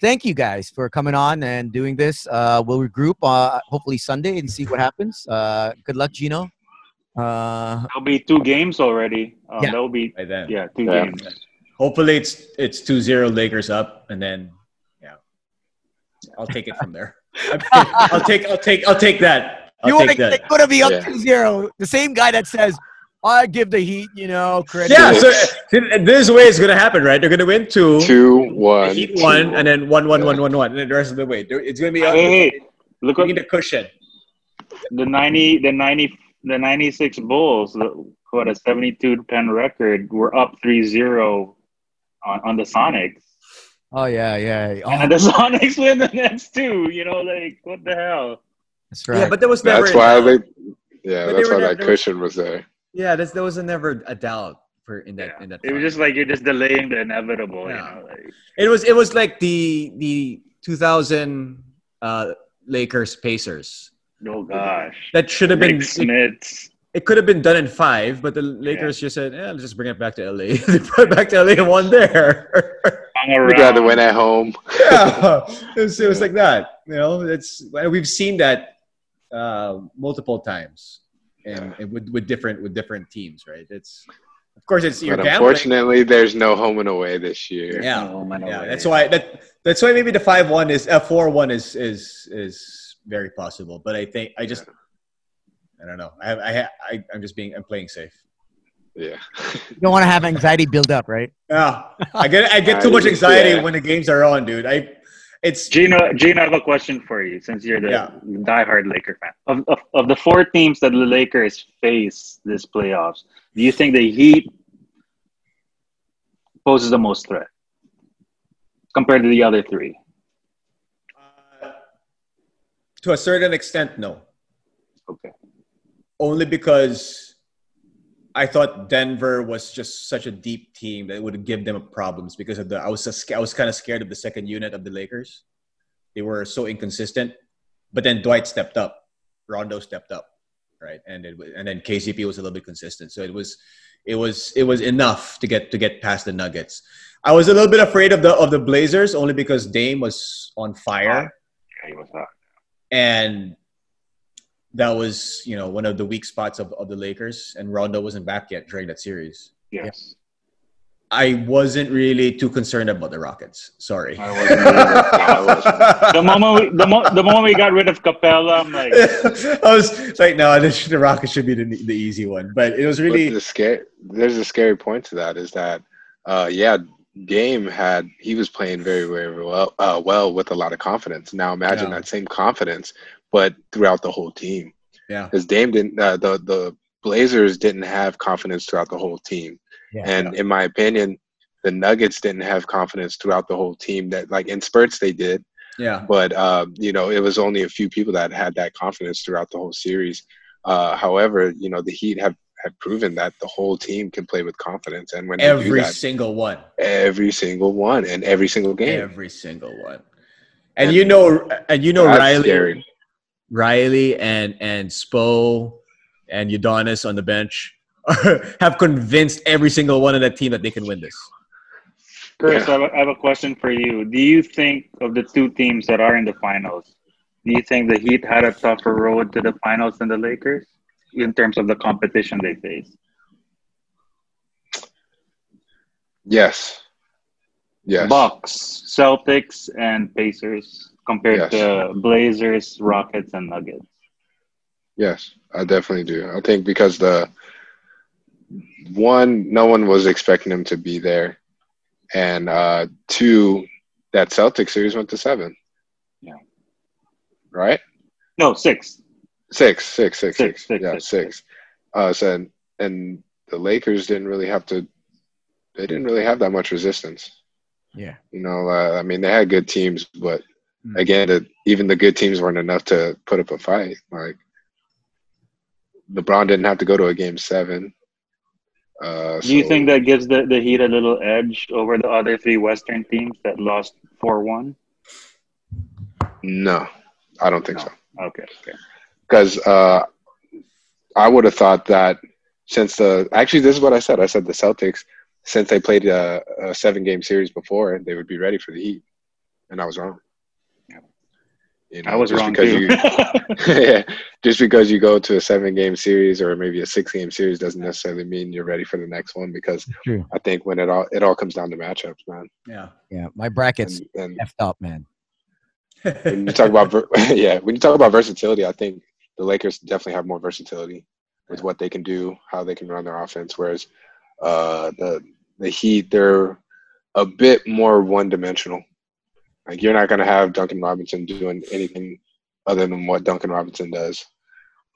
Speaker 1: thank you guys for coming on and doing this. Uh, we'll regroup uh, hopefully Sunday and see what happens. Uh, good luck, Gino. Uh,
Speaker 4: There'll be two games already. Um,
Speaker 1: Yeah.
Speaker 4: There'll be
Speaker 2: by then.
Speaker 4: yeah, two
Speaker 3: Yeah.
Speaker 4: games.
Speaker 2: Hopefully it's it's 2-0 Lakers up and then yeah. I'll take it from there. I'll take I'll take I'll take that. I'll
Speaker 1: you want
Speaker 2: take
Speaker 1: to
Speaker 2: that.
Speaker 1: going to be up
Speaker 3: Yeah.
Speaker 1: to zero. The same guy that says, I give the Heat, you know, credit.
Speaker 2: Yeah, so uh, this way is going to happen, right? They're going to win two,
Speaker 3: Two, one,
Speaker 2: the Heat one,
Speaker 3: two.
Speaker 2: and then one, one,
Speaker 3: Yeah.
Speaker 2: one, one, one, and then the rest of the way. They're- It's going to be up.
Speaker 4: Hey, hey, look
Speaker 2: we
Speaker 4: at
Speaker 2: need a cushion.
Speaker 4: the ninety, the ninety, the ninety-six Bulls. the- Who had a seventy-two ten record? Were up 3-0 on, on the Sonics,
Speaker 1: Oh, yeah, yeah. Oh,
Speaker 4: and the Sonics win the next two. You know, like what the hell?
Speaker 1: that's right.
Speaker 2: Yeah, but there was never.
Speaker 3: That's why
Speaker 2: a doubt.
Speaker 3: they. Yeah,
Speaker 2: But they
Speaker 3: that's
Speaker 2: were
Speaker 3: why
Speaker 2: never-
Speaker 3: that cushion was there.
Speaker 2: yeah, that's, there was never a doubt for in that.
Speaker 4: Yeah.
Speaker 2: In that
Speaker 4: It was
Speaker 2: final.
Speaker 4: just like you're just delaying the inevitable.
Speaker 2: Yeah.
Speaker 4: You know, like,
Speaker 2: It was it was like the the 2000 uh, Lakers Pacers
Speaker 4: oh gosh,
Speaker 2: that should have been
Speaker 4: Rick Smith.
Speaker 2: it could have been done in five, but the Lakers just said, "Yeah, let's just bring it back to LA." they brought it back to LA and won there.
Speaker 4: hung around.
Speaker 3: We'd rather win at home.
Speaker 2: yeah, it was, it was like that. You know, it's we've seen that uh, multiple times, and and with with different with different teams, right? It's of course it's you're
Speaker 3: But
Speaker 2: gambling.
Speaker 3: unfortunately, there's no home and away this year.
Speaker 2: Yeah.
Speaker 4: Oh, man,
Speaker 2: Yeah,
Speaker 4: away.
Speaker 2: that's why that that's why maybe the five one is uh, four one is is is very possible. But I think I just I don't know. I I I I'm just being I'm playing safe.
Speaker 3: Yeah.
Speaker 1: you don't want to have anxiety build up, right?
Speaker 2: Yeah, Ah, I get I get too
Speaker 3: I-
Speaker 2: much anxiety
Speaker 3: yeah.
Speaker 2: when the games are on, dude. I it's
Speaker 4: Gino, Gino, I have a question for you since you're the
Speaker 2: Yeah.
Speaker 4: diehard Laker fan. Of, of, of the four teams that the Lakers face this playoffs, do you think the Heat poses the most threat compared to the other three?
Speaker 2: uh, to a certain extent no,
Speaker 4: Okay.
Speaker 2: only because I thought Denver was just such a deep team that it would give them problems because of the I was just, I was kind of scared of the second unit of the Lakers. They were so inconsistent, but then Dwight stepped up, Rondo stepped up, right, and it, wa- and then KCP was a little bit consistent. So it was it was it was enough to get to get past the Nuggets. I was a little bit afraid of the of the Blazers only because Dame was on fire
Speaker 4: Yeah, he was hot.
Speaker 2: and that was you know one of the weak spots of, of the Lakers, and Rondo wasn't back yet during that series.
Speaker 4: Yes.
Speaker 2: I wasn't really too concerned about the Rockets. Sorry.
Speaker 4: I wasn't either. The moment we the, mo- the moment we got rid of Capella, I'm like,
Speaker 2: I was like, no, this, the Rockets should be the, the easy one, but it was
Speaker 3: But
Speaker 2: really
Speaker 3: the scare, there's a scary point to that is that, uh, yeah, Dame had he was playing very very well uh, well with a lot of confidence. Now imagine
Speaker 2: Yeah.
Speaker 3: that same confidence, but throughout the whole team,
Speaker 2: yeah.
Speaker 3: because Dame didn't uh, the the Blazers didn't have confidence throughout the whole team,
Speaker 1: Yeah.
Speaker 3: and in my opinion, the Nuggets didn't have confidence throughout the whole team. That like in spurts they did,
Speaker 2: Yeah,
Speaker 3: but uh, you know it was only a few people that had that confidence throughout the whole series. Uh, however, you know the Heat have have proven that the whole team can play with confidence, and when they do
Speaker 2: every
Speaker 3: that,
Speaker 2: single one,
Speaker 3: every single one and every single game,
Speaker 2: every single one, and you know, and you know,
Speaker 3: That's
Speaker 2: Riley,
Speaker 3: scary.
Speaker 2: Riley and and Spo and Udonis on the bench are, have convinced every single one of that team that they can win this.
Speaker 4: Chris,
Speaker 3: Yeah.
Speaker 4: I, have a, I have a question for you. Do you think of the two teams that are in the finals? Do you think the Heat had a tougher road to the finals than the Lakers in terms of the competition they face?
Speaker 3: yes, yes,
Speaker 4: Bucks, Celtics, and Pacers compared
Speaker 3: Yes.
Speaker 4: to Blazers, Rockets, and Nuggets.
Speaker 3: yes, I definitely do. I think because the one, no one was expecting him to be there, and uh, two, that Celtics series went to seven.
Speaker 4: Yeah.
Speaker 3: Right.
Speaker 4: No, six.
Speaker 3: Six, six, six,
Speaker 4: Six,
Speaker 3: six.
Speaker 4: six,
Speaker 3: yeah,
Speaker 4: six,
Speaker 3: six. Uh, so and, and the Lakers didn't really have to. They didn't really have that much resistance.
Speaker 1: Yeah.
Speaker 3: You know, uh, I mean, they had good teams, but
Speaker 2: Mm.
Speaker 3: again, the, even the good teams weren't enough to put up a fight. Like LeBron didn't have to go to a game seven. Uh,
Speaker 4: Do you
Speaker 3: so-
Speaker 4: think that gives the, the Heat a little edge over the other three Western teams that lost 4 1?
Speaker 3: No, I don't think
Speaker 4: No.
Speaker 3: so.
Speaker 4: Okay, okay.
Speaker 3: because uh, I would have thought that since the actually this is what I said. I said uh, the Celtics since they played a, a seven game series before, they would be ready for the Heat. and I was wrong. You know,
Speaker 4: I was
Speaker 3: just
Speaker 4: wrong
Speaker 3: because
Speaker 4: too.
Speaker 3: you yeah, just because you go to a seven game series or maybe a six game series doesn't necessarily mean you're ready for the next one because
Speaker 1: True.
Speaker 3: I think when it all it all comes down to matchups, man.
Speaker 2: Yeah.
Speaker 1: Yeah, my brackets
Speaker 3: And, and
Speaker 1: effed up, man.
Speaker 3: when you talk about ver- yeah, when you talk about versatility, I think the Lakers definitely have more versatility with what they can do, how they can run their offense. Whereas uh, the the Heat, they're a bit more one dimensional. Like you're not going to have Duncan Robinson doing anything other than what Duncan Robinson does.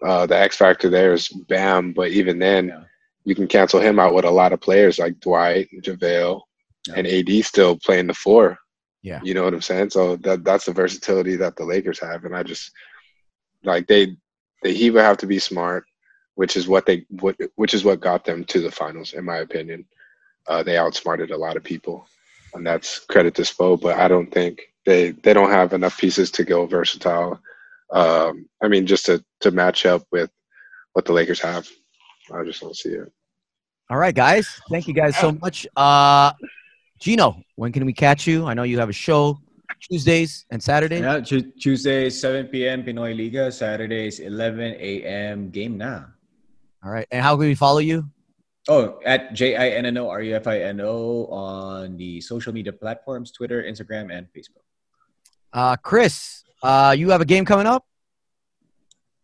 Speaker 3: Uh, the X factor there is Bam, but even then,
Speaker 2: Yeah.
Speaker 3: you can cancel him out with a lot of players like Dwight, JaVale,
Speaker 2: Yeah.
Speaker 3: and AD still playing the four.
Speaker 1: Yeah.
Speaker 3: You know what I'm saying? So that that's the versatility that the Lakers have, and I just like they the Heat would have to be smart, which is what they what which is what got them to the finals, in my opinion. Uh, they outsmarted a lot of people, and that's credit to Spo. But I don't think they they don't have enough pieces to go versatile. Um, I mean, just to to match up with what the Lakers have, I just don't see it.
Speaker 1: All right, guys. Thank you guys so much. Uh, Gino, when can we catch you? I know you have a show Tuesdays and Saturdays.
Speaker 2: Yeah, Tu- Tuesday 7 p.m. Pinoy Liga, Saturdays 11 a.m. Game Na.
Speaker 1: All right. And how can we follow you?
Speaker 2: Oh, at J I N N O R U F I N O on the social media platforms Twitter, Instagram, and Facebook.
Speaker 1: Uh, Chris, uh, you have a game coming up?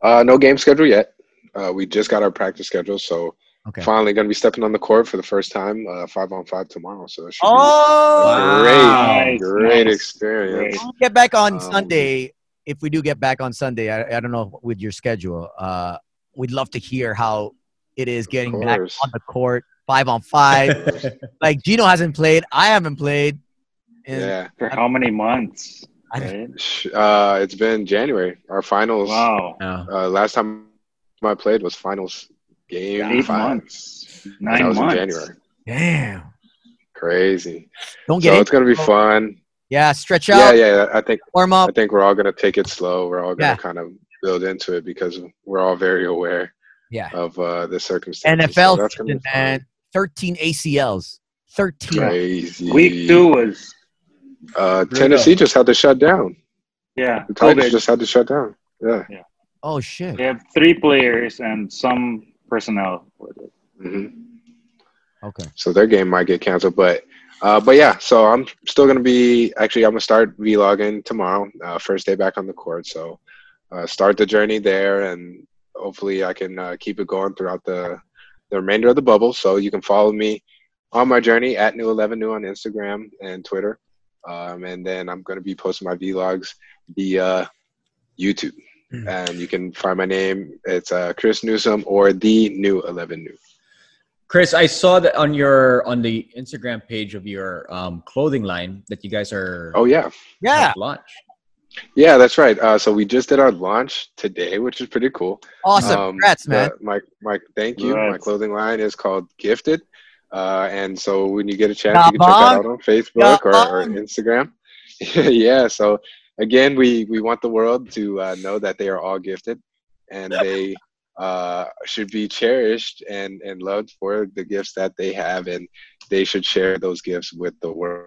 Speaker 3: Uh, no game schedule yet. Uh, we just got our practice schedule, so
Speaker 1: Okay.
Speaker 3: finally going to be stepping on the court for the first time, uh, five on five tomorrow. So it should
Speaker 1: Oh,
Speaker 3: be great,
Speaker 4: Nice,
Speaker 3: great
Speaker 4: nice.
Speaker 3: experience.
Speaker 4: Great.
Speaker 1: we'll get back on
Speaker 3: Um,
Speaker 1: Sunday. If we do get back on Sunday, I, I don't know with your schedule. Uh, we'd love to hear how it is getting back
Speaker 3: course.
Speaker 1: on the court, five on five. like Gino hasn't played, I haven't played. And
Speaker 3: Yeah,
Speaker 4: For how many months?
Speaker 1: I-
Speaker 4: right?
Speaker 3: Sh- uh, it's been January. Our finals.
Speaker 4: Wow.
Speaker 2: Yeah.
Speaker 3: Uh, last time I played was finals game
Speaker 4: Eight
Speaker 3: five.
Speaker 4: months.
Speaker 3: And that
Speaker 4: Nine
Speaker 3: was
Speaker 4: months.
Speaker 3: in January.
Speaker 1: Damn,
Speaker 3: Crazy.
Speaker 1: don't get
Speaker 3: So
Speaker 1: it.
Speaker 3: it's gonna be fun.
Speaker 1: Yeah, stretch out,
Speaker 3: Yeah, yeah. I think
Speaker 1: warm up.
Speaker 3: I think we're all gonna take it slow. We're all gonna
Speaker 1: Yeah.
Speaker 3: kind of build into it because we're all very aware
Speaker 1: Yeah,
Speaker 3: of uh, the circumstances.
Speaker 1: NFL
Speaker 3: So that's gonna be
Speaker 1: season,
Speaker 3: fun.
Speaker 1: man. Thirteen ACLs, thirteen.
Speaker 3: Crazy.
Speaker 4: Week two was
Speaker 3: Uh,
Speaker 2: Brutal.
Speaker 3: Tennessee just had to shut down.
Speaker 4: yeah.
Speaker 3: The Titans
Speaker 4: COVID.
Speaker 3: just had to shut down. Yeah.
Speaker 1: Oh shit!
Speaker 4: They had three players and some personnel.
Speaker 3: hmm
Speaker 1: Okay.
Speaker 3: So their game might get canceled, but uh, but yeah. So I'm still gonna be actually I'm gonna start vlogging tomorrow. Uh, first day back on the court. So uh, start the journey there, and hopefully I can uh, keep it going throughout the the remainder of the bubble. So you can follow me on my journey at new eleven new on Instagram and Twitter, um, and then I'm gonna be posting my vlogs via YouTube.
Speaker 1: Mm.
Speaker 3: And you can find my name. It's uh, Chris Newsom or the New Eleven New.
Speaker 2: Chris, I saw that on your on the Instagram page of your um, clothing line that you guys are
Speaker 3: Oh yeah,
Speaker 1: Yeah.
Speaker 2: launch.
Speaker 3: Yeah, that's right. Uh, so we just did our launch today, which is pretty cool.
Speaker 1: Awesome.
Speaker 3: Um,
Speaker 1: Congrats, man.
Speaker 3: the- my, my, thank you. My
Speaker 4: Congrats.
Speaker 3: clothing line is called Gifted. Uh, and so when you get a chance, you can
Speaker 1: Gabang.
Speaker 3: check that out on Facebook or, or
Speaker 1: Gabang.
Speaker 3: Instagram. yeah. So again, we, we want the world to uh, know that they are all gifted and they uh, should be cherished and, and loved for the gifts that they have. And they should share those gifts with the world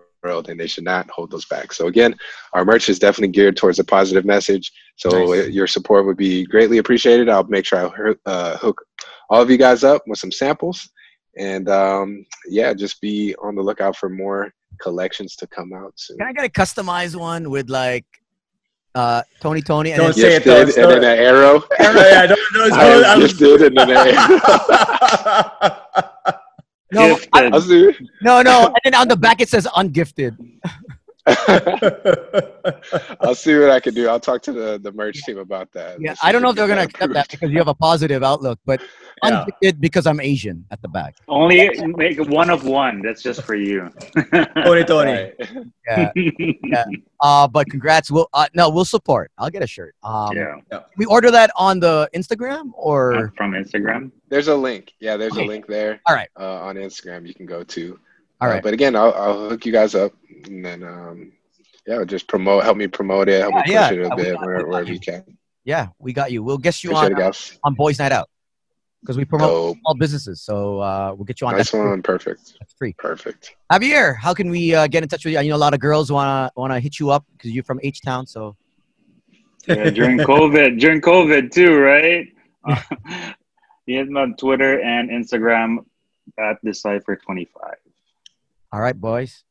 Speaker 3: and they should not hold those back. So again, our merch is definitely geared towards a positive message. So
Speaker 2: Nice.
Speaker 3: uh, your support would be greatly appreciated. I'll make sure I hur- uh, hook all of you guys up with some samples. And um, yeah, just be on the lookout for more collections to come out soon.
Speaker 1: Can I get a customized one with like uh, Tony Tony? And
Speaker 2: Don't
Speaker 1: it's-
Speaker 2: say it,
Speaker 3: Gifted
Speaker 2: though,
Speaker 3: and
Speaker 2: start-
Speaker 3: then an arrow.
Speaker 2: yeah, don't, don't,
Speaker 3: I am gifted and an arrow.
Speaker 1: no,
Speaker 4: Gifted.
Speaker 1: I-
Speaker 3: I'll see.
Speaker 1: no, no. And then on the back it says ungifted.
Speaker 3: I'll see what I can do. I'll talk to the, the merch team about that.
Speaker 1: Yeah,
Speaker 3: Let's see
Speaker 1: I don't know if
Speaker 3: we
Speaker 1: they're
Speaker 3: can
Speaker 1: gonna
Speaker 3: get
Speaker 1: accept that because you have a positive outlook, but
Speaker 2: Yeah.
Speaker 1: ungifted because I'm Asian at the back.
Speaker 4: Only make one of one. That's just for you.
Speaker 2: Tony, Tony.
Speaker 3: approved. Right.
Speaker 1: Oh, Yeah. Uh, but congrats. We'll uh, no, we'll support. I'll get a shirt. Um,
Speaker 4: yeah.
Speaker 1: can We order that on the Instagram or
Speaker 4: From Instagram.
Speaker 3: There's a link. Yeah, there's
Speaker 1: Okay.
Speaker 3: a link there.
Speaker 1: All right.
Speaker 3: Uh, on Instagram, you can go to.
Speaker 1: all
Speaker 3: Uh,
Speaker 1: right.
Speaker 3: but again, I'll, I'll hook you guys up, and then um, yeah, just promote, help me promote it, help me push
Speaker 1: Yeah,
Speaker 3: it a
Speaker 1: yeah, we
Speaker 3: bit
Speaker 1: got- we
Speaker 3: where,
Speaker 1: got
Speaker 3: wherever
Speaker 1: you.
Speaker 3: you can.
Speaker 1: Yeah, we got you. We'll guess you
Speaker 3: Appreciate
Speaker 1: on
Speaker 3: it, guys.
Speaker 1: on Boys Night Out. because we promote
Speaker 3: So
Speaker 1: small businesses. So uh, we'll get you on. That's
Speaker 3: nice
Speaker 1: free.
Speaker 3: one. Perfect.
Speaker 1: That's free.
Speaker 3: Perfect.
Speaker 1: Javier, how can we uh, get in touch with you? I know a lot of girls wanna wanna hit you up because you're from H Town. So
Speaker 4: Yeah, during COVID, during COVID too, right? Uh, you hit me on Twitter and Instagram at Decipher25.
Speaker 1: all right, boys,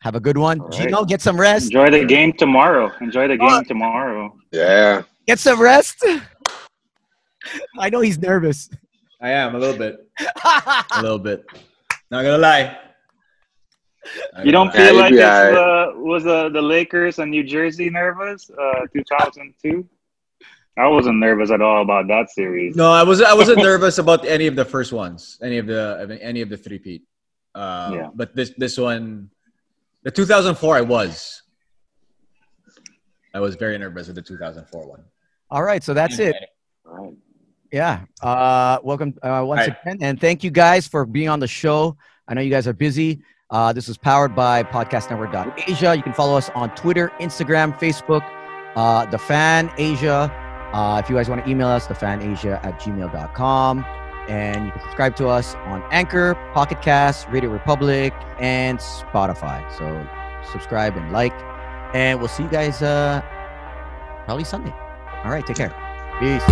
Speaker 1: have a good one.
Speaker 4: All right.
Speaker 1: Gino, get some rest.
Speaker 4: Enjoy the game tomorrow. Enjoy
Speaker 1: Oh,
Speaker 4: the game tomorrow.
Speaker 3: Yeah.
Speaker 1: Get some rest. I know he's nervous.
Speaker 2: I am a little bit, a little bit. Not gonna lie. Not
Speaker 4: You
Speaker 2: gonna lie.
Speaker 3: Yeah,
Speaker 4: don't feel
Speaker 3: you'll
Speaker 4: like
Speaker 3: be
Speaker 4: it's
Speaker 3: all
Speaker 4: uh, was uh, the Lakers and New Jersey nervous? Uh, 2002. I wasn't nervous at all about that series.
Speaker 2: No, I was I wasn't nervous about any of the first ones, any of the of any of the three Pete. Uh,
Speaker 4: Yeah.
Speaker 2: But this this one, the 2004, I was. I was very nervous with the 2004 one.
Speaker 1: All right, so that's it.
Speaker 4: Right.
Speaker 1: Yeah. Uh, welcome uh, once
Speaker 2: Hi.
Speaker 1: again, and thank you guys for being on the show. I know you guys are busy. Uh, this is powered by podcastnetwork.asia. You can follow us on Twitter, Instagram, Facebook, uh, The Fan Asia. Uh, if you guys want to email us, thefanasia at gmail.com. And you can subscribe to us on Anchor, Pocket Cast, Radio Republic, and Spotify. So subscribe and like. And we'll see you guys uh, probably Sunday. All right, take care. Peace.